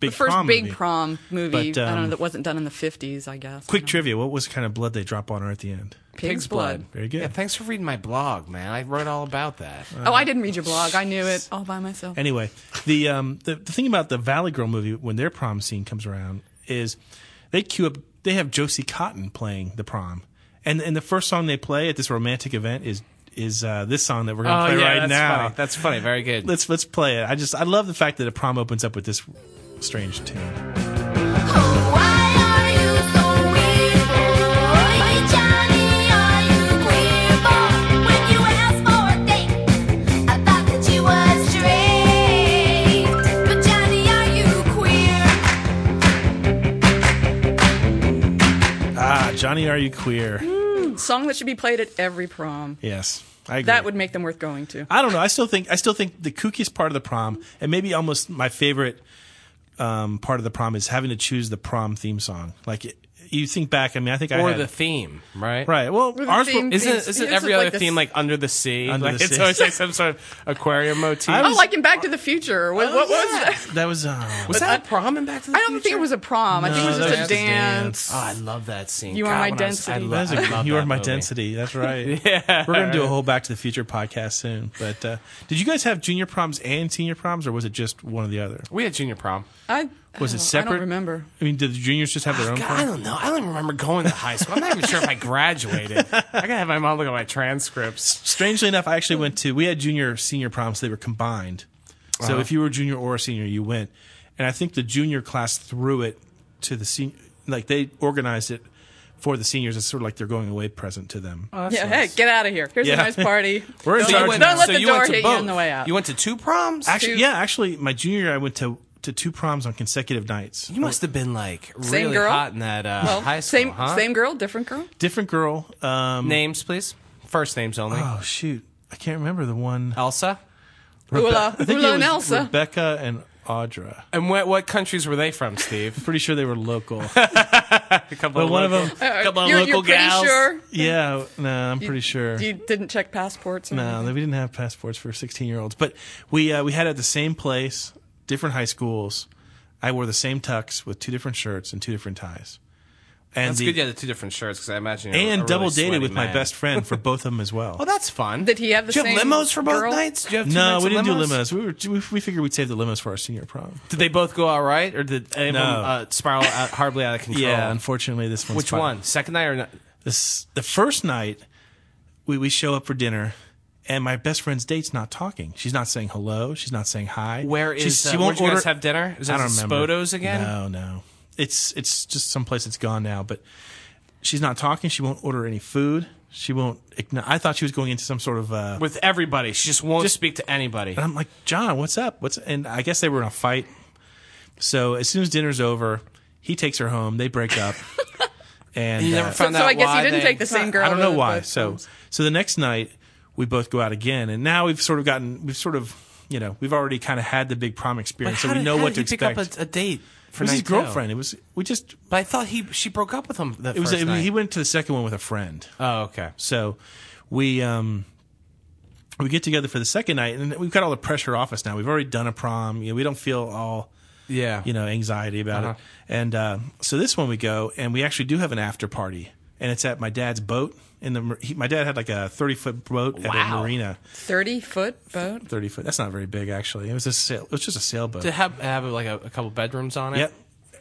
S11: big
S4: the first
S11: prom
S4: big
S11: movie.
S4: prom movie.
S11: But,
S4: I don't know
S11: um,
S4: that wasn't done in the fifties. I guess.
S11: Quick trivia: What was kind of blood they drop on her at the end?
S4: Pig's blood.
S11: Very good.
S12: Yeah, thanks for reading my blog, man. I wrote all about that.
S4: oh, I didn't read your blog. I knew it all by myself.
S11: Anyway, the um the, the thing about the Valley Girl movie when their prom scene comes around is they cue up they have Josie Cotton playing the prom. And and the first song they play at this romantic event is is uh, this song that we're gonna
S12: Oh,
S11: play
S12: yeah,
S11: right
S12: that's
S11: now.
S12: funny. That's funny. Very good.
S11: Let's let's play it. I just I love the fact that a prom opens up with this strange tune. Ah, Johnny, are you queer?
S12: Mm-hmm.
S4: Song that should be played at every prom.
S11: Yes, I agree.
S4: That would make them worth going to.
S11: I don't know. I still think I still think the kookiest part of the prom, and maybe almost my favorite um, part of the prom is having to choose the prom theme song. Like it,
S12: you think back. I mean, I think I
S11: or
S12: had,
S11: the theme, right?
S12: Right. Well,
S11: Or the
S12: ours
S11: theme
S12: were,
S11: Isn't- themes. isn't every other theme, like, under the sea?
S12: Under
S11: Like,
S12: the
S11: it's
S12: sea.
S11: always like some sort of aquarium motif.
S4: oh, like in Back to the Future. What, what was that?
S12: that was uh,
S11: Was that a prom in Back to the
S4: I don't think it was a prom. I think it was
S12: that
S4: just a
S12: was
S4: dance.
S11: Oh, I love that scene.
S4: You
S11: God,
S4: Are My
S11: when I was- I
S4: Density.
S11: lo-
S12: That is
S11: I
S12: a-
S11: love
S12: you are
S11: that
S12: my
S11: movie.
S12: density. That's right.
S11: Yeah.
S12: we're gonna do a whole Back to the Future podcast soon. But uh, did you guys have junior proms and senior proms, or was it just one or the other?
S11: We had junior prom.
S4: I
S12: Was
S4: I don't-
S12: it separate?
S4: I don't remember.
S12: I mean, did the juniors just have their own?
S11: God,
S12: prom?
S11: I don't know. I don't remember going to high school. I'm not even sure if I graduated. I gotta have my mom look at my transcripts.
S12: Strangely enough, I actually went to. We had junior senior proms. They were combined. So
S11: Uh-huh.
S12: if you were a junior or a senior, you went. And I think the junior class threw it to the senior. Like they organized it for the seniors. It's sort of like their going away present to them.
S4: yeah, hey, get out of here. Here's
S12: Yeah.
S4: a nice party.
S12: We're in
S4: don't,
S12: charge
S4: let-
S12: now.
S4: don't let
S12: So
S4: the
S12: you
S4: door
S12: went to
S4: hit you on
S12: both.
S4: the way out.
S11: You went to two proms?
S12: Actually,
S4: Two-
S12: yeah, actually, my junior year, I went to to two proms on consecutive nights.
S11: You must have been like
S4: same
S11: really
S4: girl?
S11: hot in that uh,
S4: well,
S11: high school.
S4: same,
S11: huh?
S4: same girl, different girl?
S12: different girl. Um,
S11: Names, please. First names only.
S12: Oh shoot, I can't remember the one.
S11: Elsa.
S4: Ula,
S12: Uh, I think
S4: Ula
S12: it
S4: and
S12: was
S4: Elsa.
S12: Rebecca and Audra.
S11: And what, what countries were they from, Steve?
S12: I'm pretty sure they were local.
S11: A couple
S12: But one of them,
S11: local- couple of
S4: you're,
S11: local
S4: you're pretty
S11: gals.
S4: sure?
S12: yeah, no, I'm pretty sure.
S4: You didn't check passports? Or
S12: No, we didn't have passports for 16 year olds, but we uh, we had it at the same place, different high schools. I wore the same tux with two different shirts and two different ties, and
S11: That's
S12: the-
S11: good. You had the two different shirts because I imagine. You're
S12: and
S11: a really
S12: double dated
S11: sweaty
S12: with my
S11: man.
S12: best friend for both of them as well.
S11: Well, oh, that's fun.
S4: Did he have the
S11: Did you
S4: same
S11: have limos for both
S4: girl?
S11: nights? Did you have two
S12: no,
S11: nights
S12: we
S11: of
S12: didn't do limos. We were we, we figured we'd save the limos for our senior prom.
S11: Did they both go all right, or did any
S12: No.
S11: of them uh, spiral out, horribly out of control?
S12: Yeah, Oh, unfortunately, this one's
S11: Which
S12: fine.
S11: one? Second night or not?
S12: This the first night we we show up for dinner. And my best friend's date's not talking. She's not saying hello. She's not saying hi.
S11: Where is?
S12: She's-
S11: uh,
S12: she won't
S11: where'd you
S12: order.
S11: guys have dinner? Is that
S12: I don't
S11: at
S12: remember.
S11: Spoto's again?
S12: No, no. It's it's just someplace that's gone now. But she's not talking. She won't order any food. She won't. igno- I thought she was going into some sort of. Uh,
S11: With everybody, she just won't speak to anybody.
S12: and I'm like, John, what's up? What's and I guess they were in a fight. So as soon as dinner's over, he takes her home. They break up. and
S11: You never
S12: uh,
S11: found
S4: So
S11: out
S4: I guess
S11: why
S4: you didn't
S11: they-
S4: take the same girl.
S12: I don't know
S4: to the
S12: why.
S4: both
S12: So
S4: rooms.
S12: so the next night we both go out again, and now we've sort of gotten we've sort of you know we've already kind of had the big prom
S11: But
S12: experience,
S11: how
S12: so we
S11: did-
S12: know
S11: how
S12: what to
S11: did he
S12: expect.
S11: Pick up a, a date
S12: it
S11: for
S12: was his
S11: night two?
S12: girlfriend. It was we just
S11: But I thought he she broke up with him. The
S12: it was
S11: first
S12: it-
S11: night.
S12: he went to the second one with a friend.
S11: Oh, okay.
S12: So we um we get together for the second night, and we've got all the pressure off us now. We've already done a prom. You know, we don't feel all
S11: Yeah.
S12: you know anxiety about
S11: Uh-huh.
S12: it. And uh, so this one we go, and we actually do have an after party, and it's at my dad's boat. In the mar- he, my dad had like a thirty foot boat at a
S11: Wow.
S12: marina.
S4: 30 foot boat?
S12: Thirty foot. That's not very big actually. It was a sail. It was just a sailboat.
S11: Did it have have like a, a couple bedrooms on it?
S12: Yep.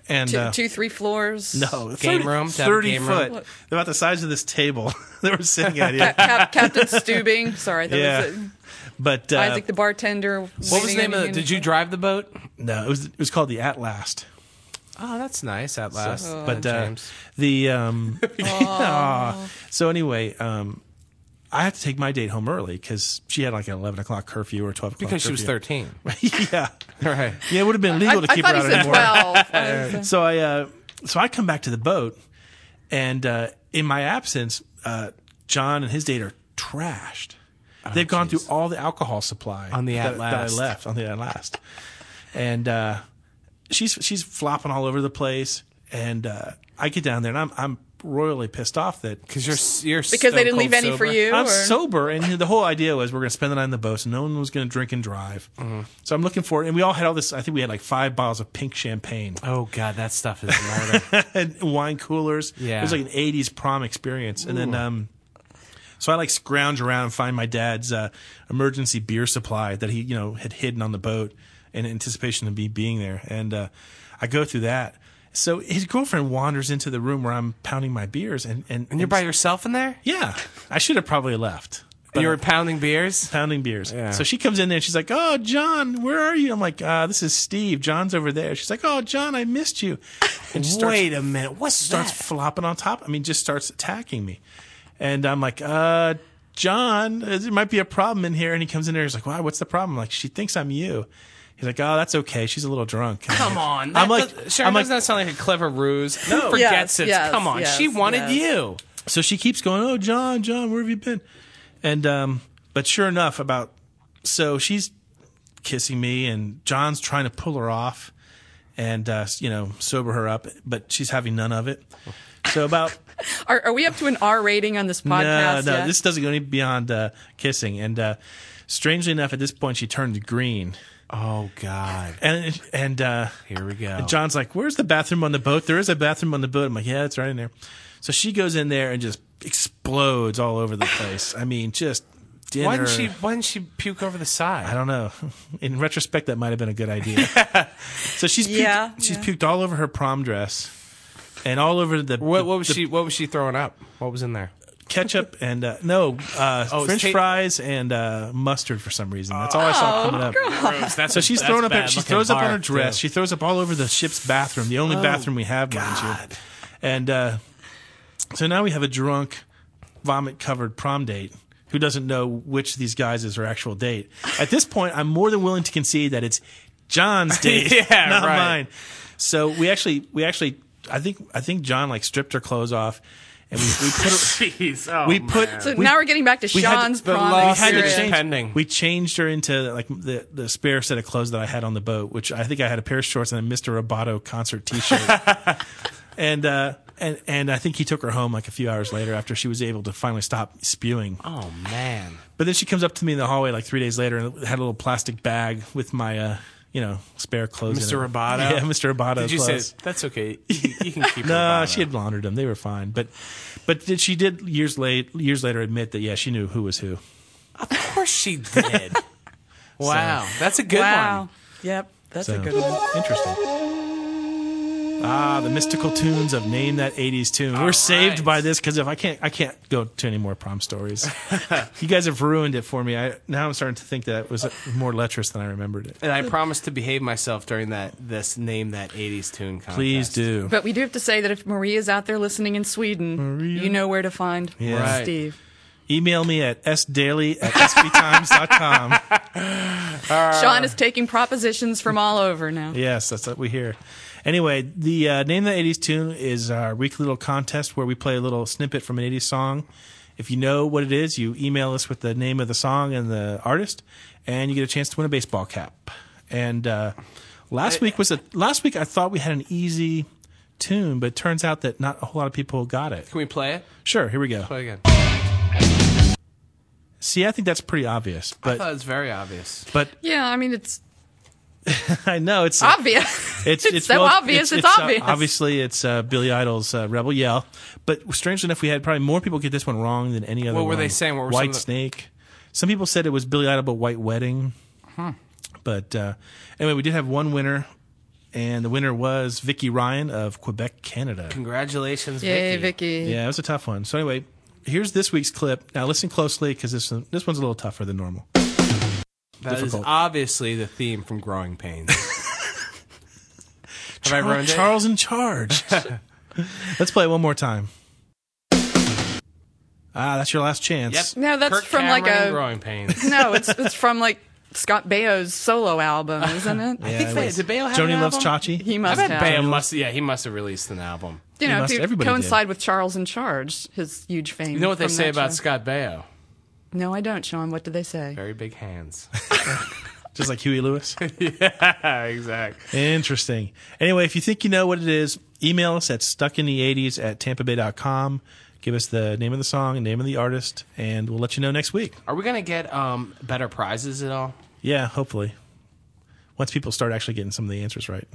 S12: And
S4: Two,
S12: uh,
S4: two, three floors?
S12: no
S11: Game
S12: 30
S11: room? To have a
S12: thirty
S11: game room?
S12: foot, about the size of this table that we're sitting
S4: Ca-
S12: at. Here.
S4: Cap- Captain Stubing. Sorry, that
S12: Yeah.
S4: was it.
S12: But uh,
S4: Isaac Oh, the bartender.
S11: What was the name of it? Did you drive the boat?
S12: No, it was it was called the At Last.
S11: Oh, that's nice. At last,
S4: Oh,
S12: but uh, the um, Aw. so anyway, um, I had to take my date home early because she had like an eleven o'clock curfew or twelve o'clock
S11: because she was
S12: curfew.
S11: thirteen,
S12: yeah,
S11: right?
S12: yeah, it would have been
S4: I,
S12: illegal to
S4: I
S12: keep
S4: thought
S12: her out
S4: he said
S12: anymore.
S4: 12. I was, uh,
S12: So I uh, so I come back to the boat, and uh, in my absence, uh, John and his date are trashed. They've gone through all the alcohol supply
S11: Oh, On the
S12: that,
S11: At
S12: that I
S11: Last.
S12: left on the at last, and uh, she's she's flopping all over the place. And uh, I get down there and I'm I'm royally pissed off that
S11: Because you're, you're
S4: Because they
S11: stone
S4: didn't leave
S11: cold
S4: any for
S11: sober.
S4: you?
S12: I'm
S4: or-
S12: sober, and the whole idea was we're going to spend the night on the boat, so no one was going to drink and drive.
S11: Mm-hmm.
S12: So I'm looking for it, and we all had all this. I think we had like five bottles of pink champagne
S11: Oh god, that stuff is murder.
S12: and wine coolers.
S11: Yeah.
S12: It was like an 80s prom experience. And then, um, so I like scrounge around and find my dad's uh, emergency beer supply that he, you know, had hidden on the boat in anticipation of me being there. And uh, I go through that. So his girlfriend wanders into the room where I'm pounding my beers, and and,
S11: and you're by yourself in there.
S12: yeah, I should have probably left.
S11: And you were pounding beers.
S12: Pounding beers. So she comes in there and she's like, Oh, John, where are you? I'm like, uh, This is Steve. John's over there. She's like, Oh, John, I missed you. And she starts-
S11: Wait a minute, what's
S12: starts
S11: that?
S12: flopping on top. I mean, just starts attacking me. And I'm like, uh, John, uh, there might be a problem in here. And he comes in there. He's like, why? What's the problem? I'm like, she thinks I'm you. He's like, oh, that's okay. She's a little drunk. And I'm
S11: Come
S12: like-
S11: on,
S12: I'm
S11: that
S12: like,
S11: does- Sharon,
S12: I'm like,
S11: doesn't that sound like a clever ruse? Who
S12: No.
S4: Yes,
S11: forgets it.
S4: yes,
S11: Come on,
S4: yes,
S11: she wanted
S4: yes.
S11: you.
S12: so she keeps going, oh, John, John, where have you been? And, um, but sure enough, about, so she's kissing me and John's trying to pull her off. and uh, you know sober her up, but she's having none of it. So about
S4: Are, are we up to an R rating on this podcast?
S12: no, no,
S4: yet?
S12: this doesn't go any beyond uh, kissing. And uh, strangely enough, at this point, she turned green.
S11: Oh God!
S12: And and uh,
S11: here we go.
S12: And John's like, "Where's the bathroom on the boat? There is a bathroom on the boat." I'm like, "Yeah, it's right in there." So she goes in there and just explodes all over the place. I mean, just dinner.
S11: Why didn't she? Why didn't she puke over the side?
S12: I don't know. In retrospect, that might have been a good idea. so she's puked,
S11: Yeah,
S12: she's
S11: yeah.
S12: puked all over her prom dress, and all over the
S11: What, what was
S12: the-
S11: she? What was she throwing up? What was in there?
S12: ketchup and uh, no uh,
S11: Oh, it's
S12: French
S11: ta-
S12: fries and uh, mustard for some reason. That's all I saw
S11: Oh,
S12: coming up.
S11: gross. Gross. That's
S12: so
S11: a-
S12: she's
S11: that's
S12: thrown up.
S11: bad
S12: She
S11: looking
S12: throws up on her
S11: barf,
S12: dress.
S11: too.
S12: She throws up all over the ship's bathroom, the only
S11: Oh,
S12: bathroom we have, mind you. And uh, so now we have a drunk, vomit-covered prom date. Who doesn't know which of these guys is her actual date? At this point, I'm more than willing to concede that it's John's date,
S11: Yeah,
S12: not
S11: right.
S12: mine. So we actually, we actually, I think, I think John like stripped her clothes off, and we, we put her,
S11: Jeez. Oh,
S12: we put.
S11: man.
S4: So
S12: we-
S4: now we're getting back to
S12: we had to-
S4: Sean's
S12: the
S4: prom.
S12: law-
S4: experience.
S12: we had to change- We changed her into like the, the spare set of clothes that I had on the boat, which I think I had a pair of shorts and a Mr. Roboto concert T-shirt, and uh, and and I think he took her home like a few hours later after she was able to finally stop spewing.
S11: Oh man.
S12: But then she comes up to me in the hallway like three days later and had a little plastic bag with my uh, you know spare clothes. in
S11: Mr.
S12: it.
S11: Roboto?
S12: yeah, Mr. Roboto.
S11: Did you
S12: clothes
S11: say that's okay? You, you can keep.
S12: no,
S11: Roboto."
S12: she had laundered them. They were fine, but but did, she did years late years later admit that yeah, she knew who was who.
S11: Of course she did. wow,
S12: So-
S11: that's a good
S4: wow.
S11: one.
S4: Yep, that's a
S12: So-
S4: good one.
S12: Interesting. Ah, the mystical tunes of name that '80s tune. We're saved by this because if I can't, I can't go to any more prom stories. you guys have ruined it for me. I now I'm starting to think that it was more lecherous than I remembered it.
S11: And I promised to behave myself during that this name that '80s tune contest.
S12: Please do.
S4: But we do have to say that if Maria's out there listening in Sweden, you know where to find
S12: Yeah. Right.
S4: Steve.
S12: Email me at sdaily at sbtimes.com.
S4: Sean is taking propositions from all over now.
S12: Yes, that's what we hear. Anyway, the uh, name of the '80s tune is our weekly little contest where we play a little snippet from an '80s song. If you know what it is, you email us with the name of the song and the artist, and you get a chance to win a baseball cap. And uh, last week was a last week. I thought we had an easy tune, but it turns out that not a whole lot of people got it.
S11: Can we play it?
S12: Sure, here we go.
S11: Play again.
S12: See, I think that's pretty obvious,
S11: I
S12: but
S11: thought it was very obvious.
S12: but
S4: Yeah, I mean it's
S12: I know it's
S4: obvious.
S12: It's
S4: It's
S12: it's,
S4: so
S12: well-
S4: obvious, it's
S12: uh,
S4: obvious.
S12: obviously, it's uh, Billy Idol's uh, "Rebel Yell," but strangely enough, we had probably more people get this one wrong than any other.
S11: What were they
S12: one.
S11: saying? What were some
S12: White
S11: of the-
S12: Snake? Some people said it was Billy Idol, but White Wedding. But uh, anyway, we did have one winner, and the winner was Vicky Ryan of Quebec, Canada.
S11: Congratulations,
S4: Yay,
S11: Vicky.
S4: Vicky.
S12: Yeah, it was a tough one. So anyway, here's this week's clip. Now listen closely because this one- this one's a little tougher than normal.
S11: That is
S12: Difficult.
S11: obviously the theme from Growing Pains. Have I
S12: Char-
S11: ruined it?
S12: Charles in charge. Let's play it one more time. Ah, that's your last chance.
S11: Yep.
S4: No, that's
S11: Kirk
S4: from like
S11: Cameron,
S4: a-
S11: Growing Pains.
S4: no, it's it's from like Scott Baio's solo album, isn't it?
S11: I think
S12: it
S11: they-
S12: was.
S11: did Bale have
S12: Joni
S11: an
S12: loves
S11: album?
S12: Chachi.
S4: He must
S11: I
S4: have.
S11: bet Bale must. Yeah, he must have released an album.
S4: you
S12: He
S4: know,
S12: must-
S4: to
S12: everybody
S4: coincide with Charles in Charge, his huge fame.
S11: You know what they
S4: from
S11: say
S4: that
S11: about
S4: show.
S11: Scott Baio?
S4: No, I don't, Sean. What do they say?
S11: Very big hands.
S12: Just like Huey Lewis.
S11: yeah, exactly.
S12: Interesting. Anyway, if you think you know what it is, email us at stuckinthe80s at tampabay.com. Give us the name of the song and name of the artist, and we'll let you know next week.
S11: Are we gonna get um, better prizes at all?
S12: Yeah, hopefully. Once people start actually getting some of the answers right.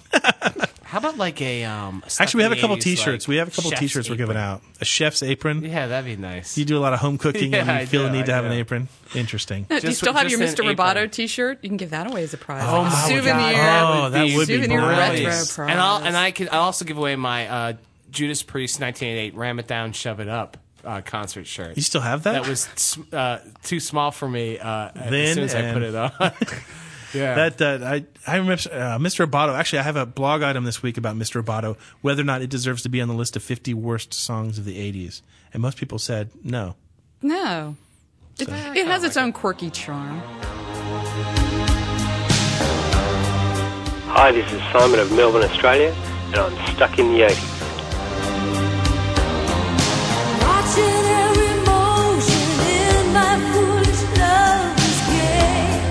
S11: How about like a um? stuck
S12: Actually, we
S11: in
S12: have a
S11: the
S12: couple
S11: 80s,
S12: T-shirts.
S11: like,
S12: we have a couple
S11: chef's
S12: T-shirts we're giving
S11: apron?
S12: out. A chef's apron.
S11: Yeah, that'd be nice.
S12: You do a lot of home cooking
S11: Yeah,
S12: and
S11: I
S12: you feel the
S11: do,
S12: need to
S11: I
S12: have an
S11: do.
S12: apron. Interesting.
S4: No, do you
S11: Just-
S4: still have your
S11: just
S4: Mr.
S11: an
S4: Roboto
S11: apron.
S4: T-shirt? You can give that away as a prize.
S11: Oh
S4: like a
S11: my
S4: souvenir.
S11: God,
S12: that would be
S4: souvenir
S12: brilliant.
S4: retro
S12: Nice.
S4: prize.
S11: And I'll and I can I'll also give away my uh, Judas Priest 1988 Ram It Down Shove It Up uh, concert shirt.
S12: You still have that?
S11: That was s- uh, too small for me uh, as
S12: Then
S11: soon as I
S12: and-
S11: put it on. yeah.
S12: That, that I I remember uh, Mr. Roboto. Actually, I have a blog item this week about Mr. Roboto, whether or not it deserves to be on the list of 50 worst songs of the 80s. And most people said no.
S4: No. It, it has its own quirky charm.
S14: Hi, this is Simon of Melbourne, Australia, and I'm stuck in the 80s.
S5: Watching every motion in my foolish lover's game.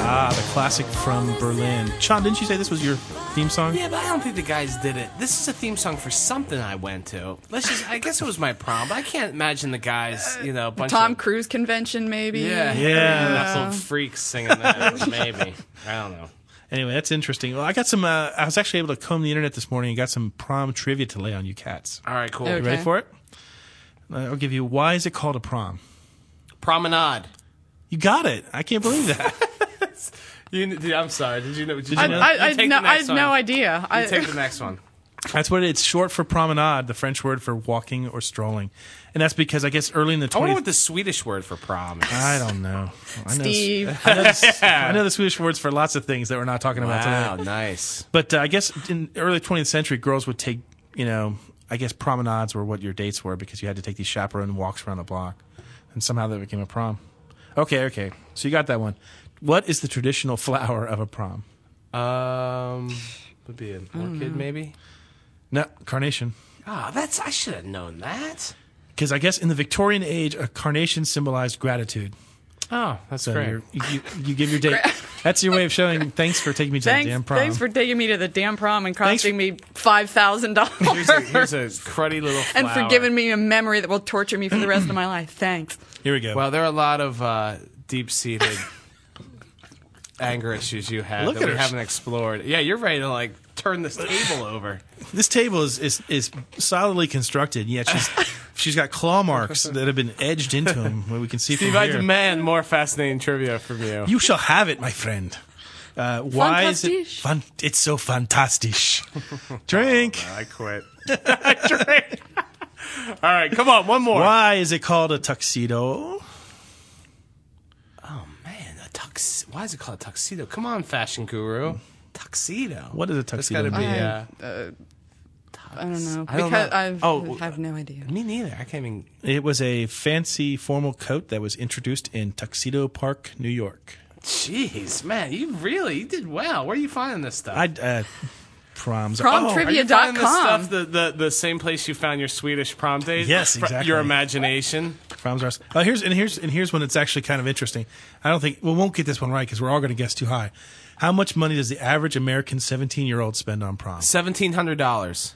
S12: Ah, Cha, the classic from Berlin. Cha, didn't you say this was your theme song?
S11: Yeah, but I don't think the guys did it. This is a theme song for something I went to. Let's just, I guess it was my prom, but I can't imagine the guys, you know, a bunch
S4: Tom
S11: of.
S4: Cruise convention, maybe.
S11: Yeah,
S12: Yeah.
S11: That's little freaks singing that, maybe. I don't know.
S12: Anyway, that's interesting. Well, I got some. Uh, I was actually able to comb the internet this morning and got some prom trivia to lay on you cats.
S11: All right, cool.
S12: You ready for it? Uh, I'll give you. Why is it called a prom?
S11: Promenade.
S12: You got it. I can't believe that.
S11: You, dude, I'm sorry. Did you know? Did you
S4: I,
S11: know?
S4: I,
S11: You
S4: I,
S11: take
S4: no,
S11: the
S4: I
S11: next
S4: had
S11: one.
S4: no idea.
S11: You
S4: I,
S11: take the next one.
S12: That's what it- it's short for promenade, the French word for walking or strolling, and that's because I guess early in the
S11: I wonder
S12: 20th.
S11: what the Swedish word for prom is.
S12: I don't know. I know
S11: Steve.
S12: I know, the, I know the Swedish words for lots of things that we're not talking about
S11: Wow,
S12: today.
S11: nice.
S12: But uh, I guess in early 20th century, girls would take, you know, I guess promenades were what your dates were because you had to take these chaperone walks around the block. And somehow that became a prom. Okay, okay. So you got that one. What is the traditional flower of a prom?
S11: Um, would be an orchid, maybe.
S12: No, carnation.
S11: Mm-hmm. Ah, that's I should have known that.
S12: Because I guess in the Victorian age, a carnation symbolized gratitude.
S11: Oh, that's
S12: So
S11: great.
S12: you're- you, you, you give your date. That's your way of showing thanks for taking me to
S4: thanks,
S12: the damn prom.
S4: thanks for taking me to the damn prom and costing me five thousand dollars
S11: Here's a cruddy little
S4: and for
S11: flower.
S4: giving me a memory that will torture me for the rest of my life. Thanks.
S12: Here we go.
S11: Well, there are a lot of uh, deep-seated anger issues you have
S12: Look
S11: that
S12: at
S11: we
S12: her.
S11: haven't explored. Yeah, you're ready to like turn this table over.
S12: this table is, is is solidly constructed. Yet she's she's got claw marks that have been edged into them. What we can see
S11: Steve,
S12: from
S11: I
S12: here.
S11: demand more fascinating trivia from you.
S12: You shall have it, my friend. Uh, why is it fun? It's so fantastic. Drink.
S11: I quit. All right, come on, one more.
S12: Why is it called a tuxedo?
S11: Man, a tux. Why is it called a tuxedo? Come on, fashion guru. Mm. Tuxedo.
S12: What is a tuxedo?
S11: That's gotta be.
S12: mean?
S11: Uh,
S4: I don't know
S11: I don't
S4: because
S11: know.
S4: I've,
S11: Oh,
S4: have no idea.
S11: me neither. I can't even.
S12: It was a fancy formal coat that was introduced in Tuxedo Park, New York.
S11: Jeez, man, you really you did well. Where are you finding this stuff?
S12: I uh, proms.
S11: Oh,
S12: Oh,
S11: are you finding this stuff the, the, the same place you found your Swedish prom date?
S12: Yes,
S11: Fr-
S12: exactly.
S11: Your imagination.
S12: Proms are. Oh, here's and here's and here's one that's actually kind of interesting. I don't think we won't get this one right because we're all going to guess too high. How much money does the average American 17 year old spend on prom?
S11: Seventeen hundred dollars.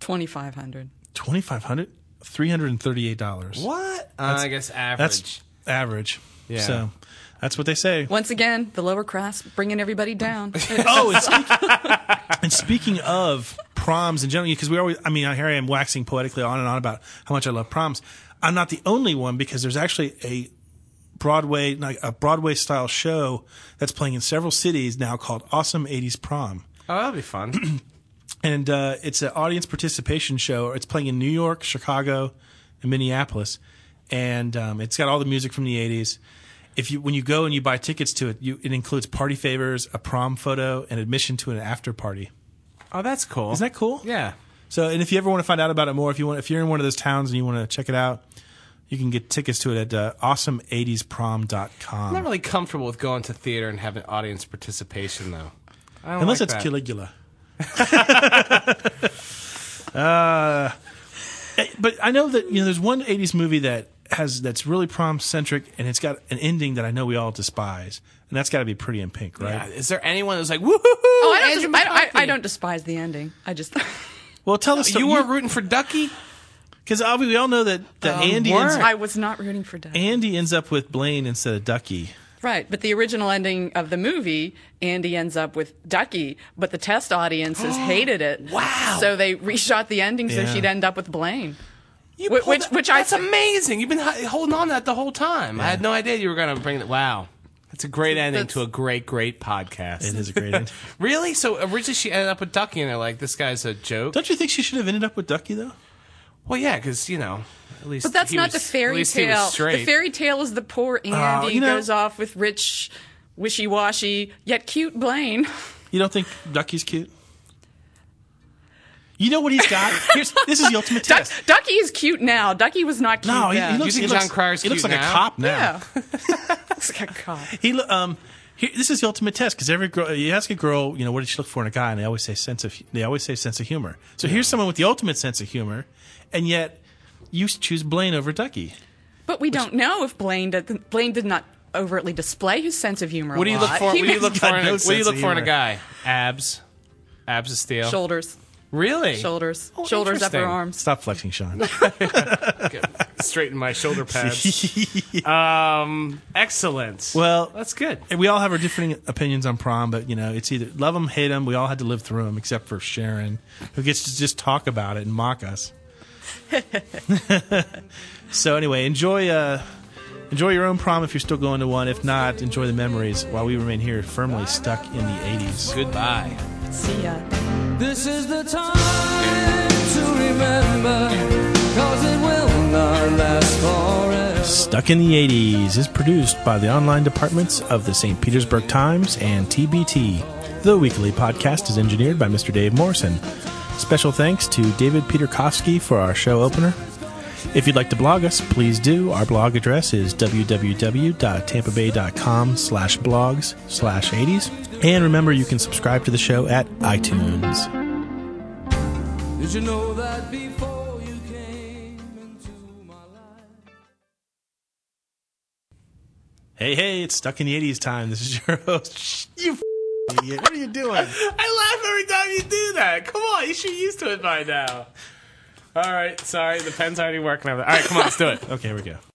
S4: Twenty five hundred.
S12: Twenty five hundred. Three hundred and thirty-eight dollars.
S11: What? Uh, I guess average.
S12: That's average.
S11: Yeah.
S12: So that's what they say.
S4: Once again, the lower class bringing everybody down.
S12: oh, and, speak- and speaking of proms in general, because we always, I mean, here I am waxing poetically on and on about how much I love proms. I'm not the only one because there's actually a Broadway, like a Broadway style show that's playing in several cities now called Awesome 80s Prom.
S11: Oh, that'll be fun.
S12: And uh, it's an audience participation show. It's playing in New York, Chicago, and Minneapolis. And um, it's got all the music from the 80s. If you when you go and you buy tickets to it, you, it includes party favors, a prom photo, and admission to an after party.
S11: oh, that's cool.
S12: Isn't that cool?
S11: Yeah.
S12: So, and if you ever want to find out about it more, if you want, if you're in one of those towns and you want to check it out, you can get tickets to it at uh,
S11: I'm not
S12: awesome80sprom.com.
S11: really comfortable with going to theater and having audience participation though. I don't
S12: Unless
S11: like
S12: it's
S11: that.
S12: Caligula. uh, eh, but I know that you know there's one '80s movie that has that's really prom centric, and it's got an ending that I know we all despise, and that's got to be Pretty in Pink,
S11: Yeah,
S12: right?
S11: Is there anyone who's like, woohoo?
S4: Oh, I
S11: Andrew
S4: don't, I, don't,
S11: McCarthy?
S4: I, I don't despise the ending. I just
S12: Well, tell us
S11: You weren't rooting for Ducky?
S12: because we all know that that
S11: Um,
S12: Andy ends,
S4: I was not rooting for death.
S12: Andy ends up with Blaine instead of Ducky.
S4: Right, but the original ending of the movie, Andy ends up with Ducky, but the test audiences hated it. Wow! So they reshot the ending
S12: Yeah.
S4: so she'd end up with Blaine.
S11: You
S4: Wh-
S11: pulled
S4: which-
S11: that-
S4: which I
S11: that's
S4: thi-
S11: amazing. You've been h- holding on to that the whole time. I had no idea you were going to bring that. Wow, that's a great ending to a great, great podcast.
S12: It is a great ending.
S11: really? So originally she ended up with Ducky, and they're like, "This guy's a joke."
S12: Don't you think she should have ended up with Ducky though?
S11: Well, yeah, because you know, at least.
S4: But that's
S11: he
S4: not
S11: was-
S4: the
S11: at
S4: fairy
S11: least he was
S4: tale. The
S11: straight.
S4: fairy tale is the poor Andy
S12: you know-
S4: goes off with rich, wishy washy yet cute Blaine.
S12: You don't think Ducky's cute? You know what he's got? Here's, this is the ultimate
S4: Duck,
S12: test.
S4: Ducky is cute now. Ducky was not cute.
S12: No, he,
S4: then.
S12: he looks.
S11: think
S12: he looks,
S11: John Crier's
S12: he looks
S11: cute
S12: like
S11: now?
S12: a cop now.
S4: Yeah. Looks like a cop.
S12: He lo- um. Here, this is the ultimate test because every girl you ask a girl, you know, what did she look for in a guy, and they always say sense of they always say sense of humor. So here's someone with the ultimate sense of humor, and yet you choose Blaine over Ducky.
S4: But we don't know if Blaine did, Blaine did not overtly display his sense of humor.
S11: What do
S4: a
S11: you look
S4: lot.
S11: for? What
S4: He
S11: do you
S4: makes-
S11: look for? In a,
S12: no
S11: what do you
S12: sense
S11: look
S12: of
S11: for in a
S12: humor.
S11: guy? Abs, abs of steel,
S4: Shoulders.
S11: Really?
S4: Shoulders.
S11: Oh,
S4: Shoulders, upper
S11: interesting.
S4: arms.
S12: Stop flexing, Sean.
S11: Straighten my shoulder pads. um, excellent.
S12: Well,
S11: that's good.
S12: And we all have our different opinions on prom, but you know, it's either love them, hate them. We all had to live through them, except for Sharon, who gets to just talk about it and mock us. so anyway, enjoy uh, enjoy your own prom if you're still going to one. If not, enjoy the memories while we remain here, firmly stuck in the '80s.
S11: Goodbye.
S4: See ya.
S15: This is the time to remember, cause it will not last forever.
S12: Stuck in the 80s is produced by the online departments of the St. Petersburg Times and TBT. The weekly podcast is engineered by Mr. Dave Morrison. Special thanks to David Peterkowski for our show opener. If you'd like to blog us, please do. Our blog address is www.tampabay.com slash blogs slash 80s. And remember, you can subscribe to the show at iTunes.
S15: Did you know that before you
S12: Hey, hey, it's Stuck in the 80s time. This is your host. You f- idiot. What are you
S11: I
S12: doing?
S11: laugh every time you do that. Come on, you should be used to it by now. All right, sorry, the pen's already working over there. All right, come on, let's do it.
S12: Okay, here we go.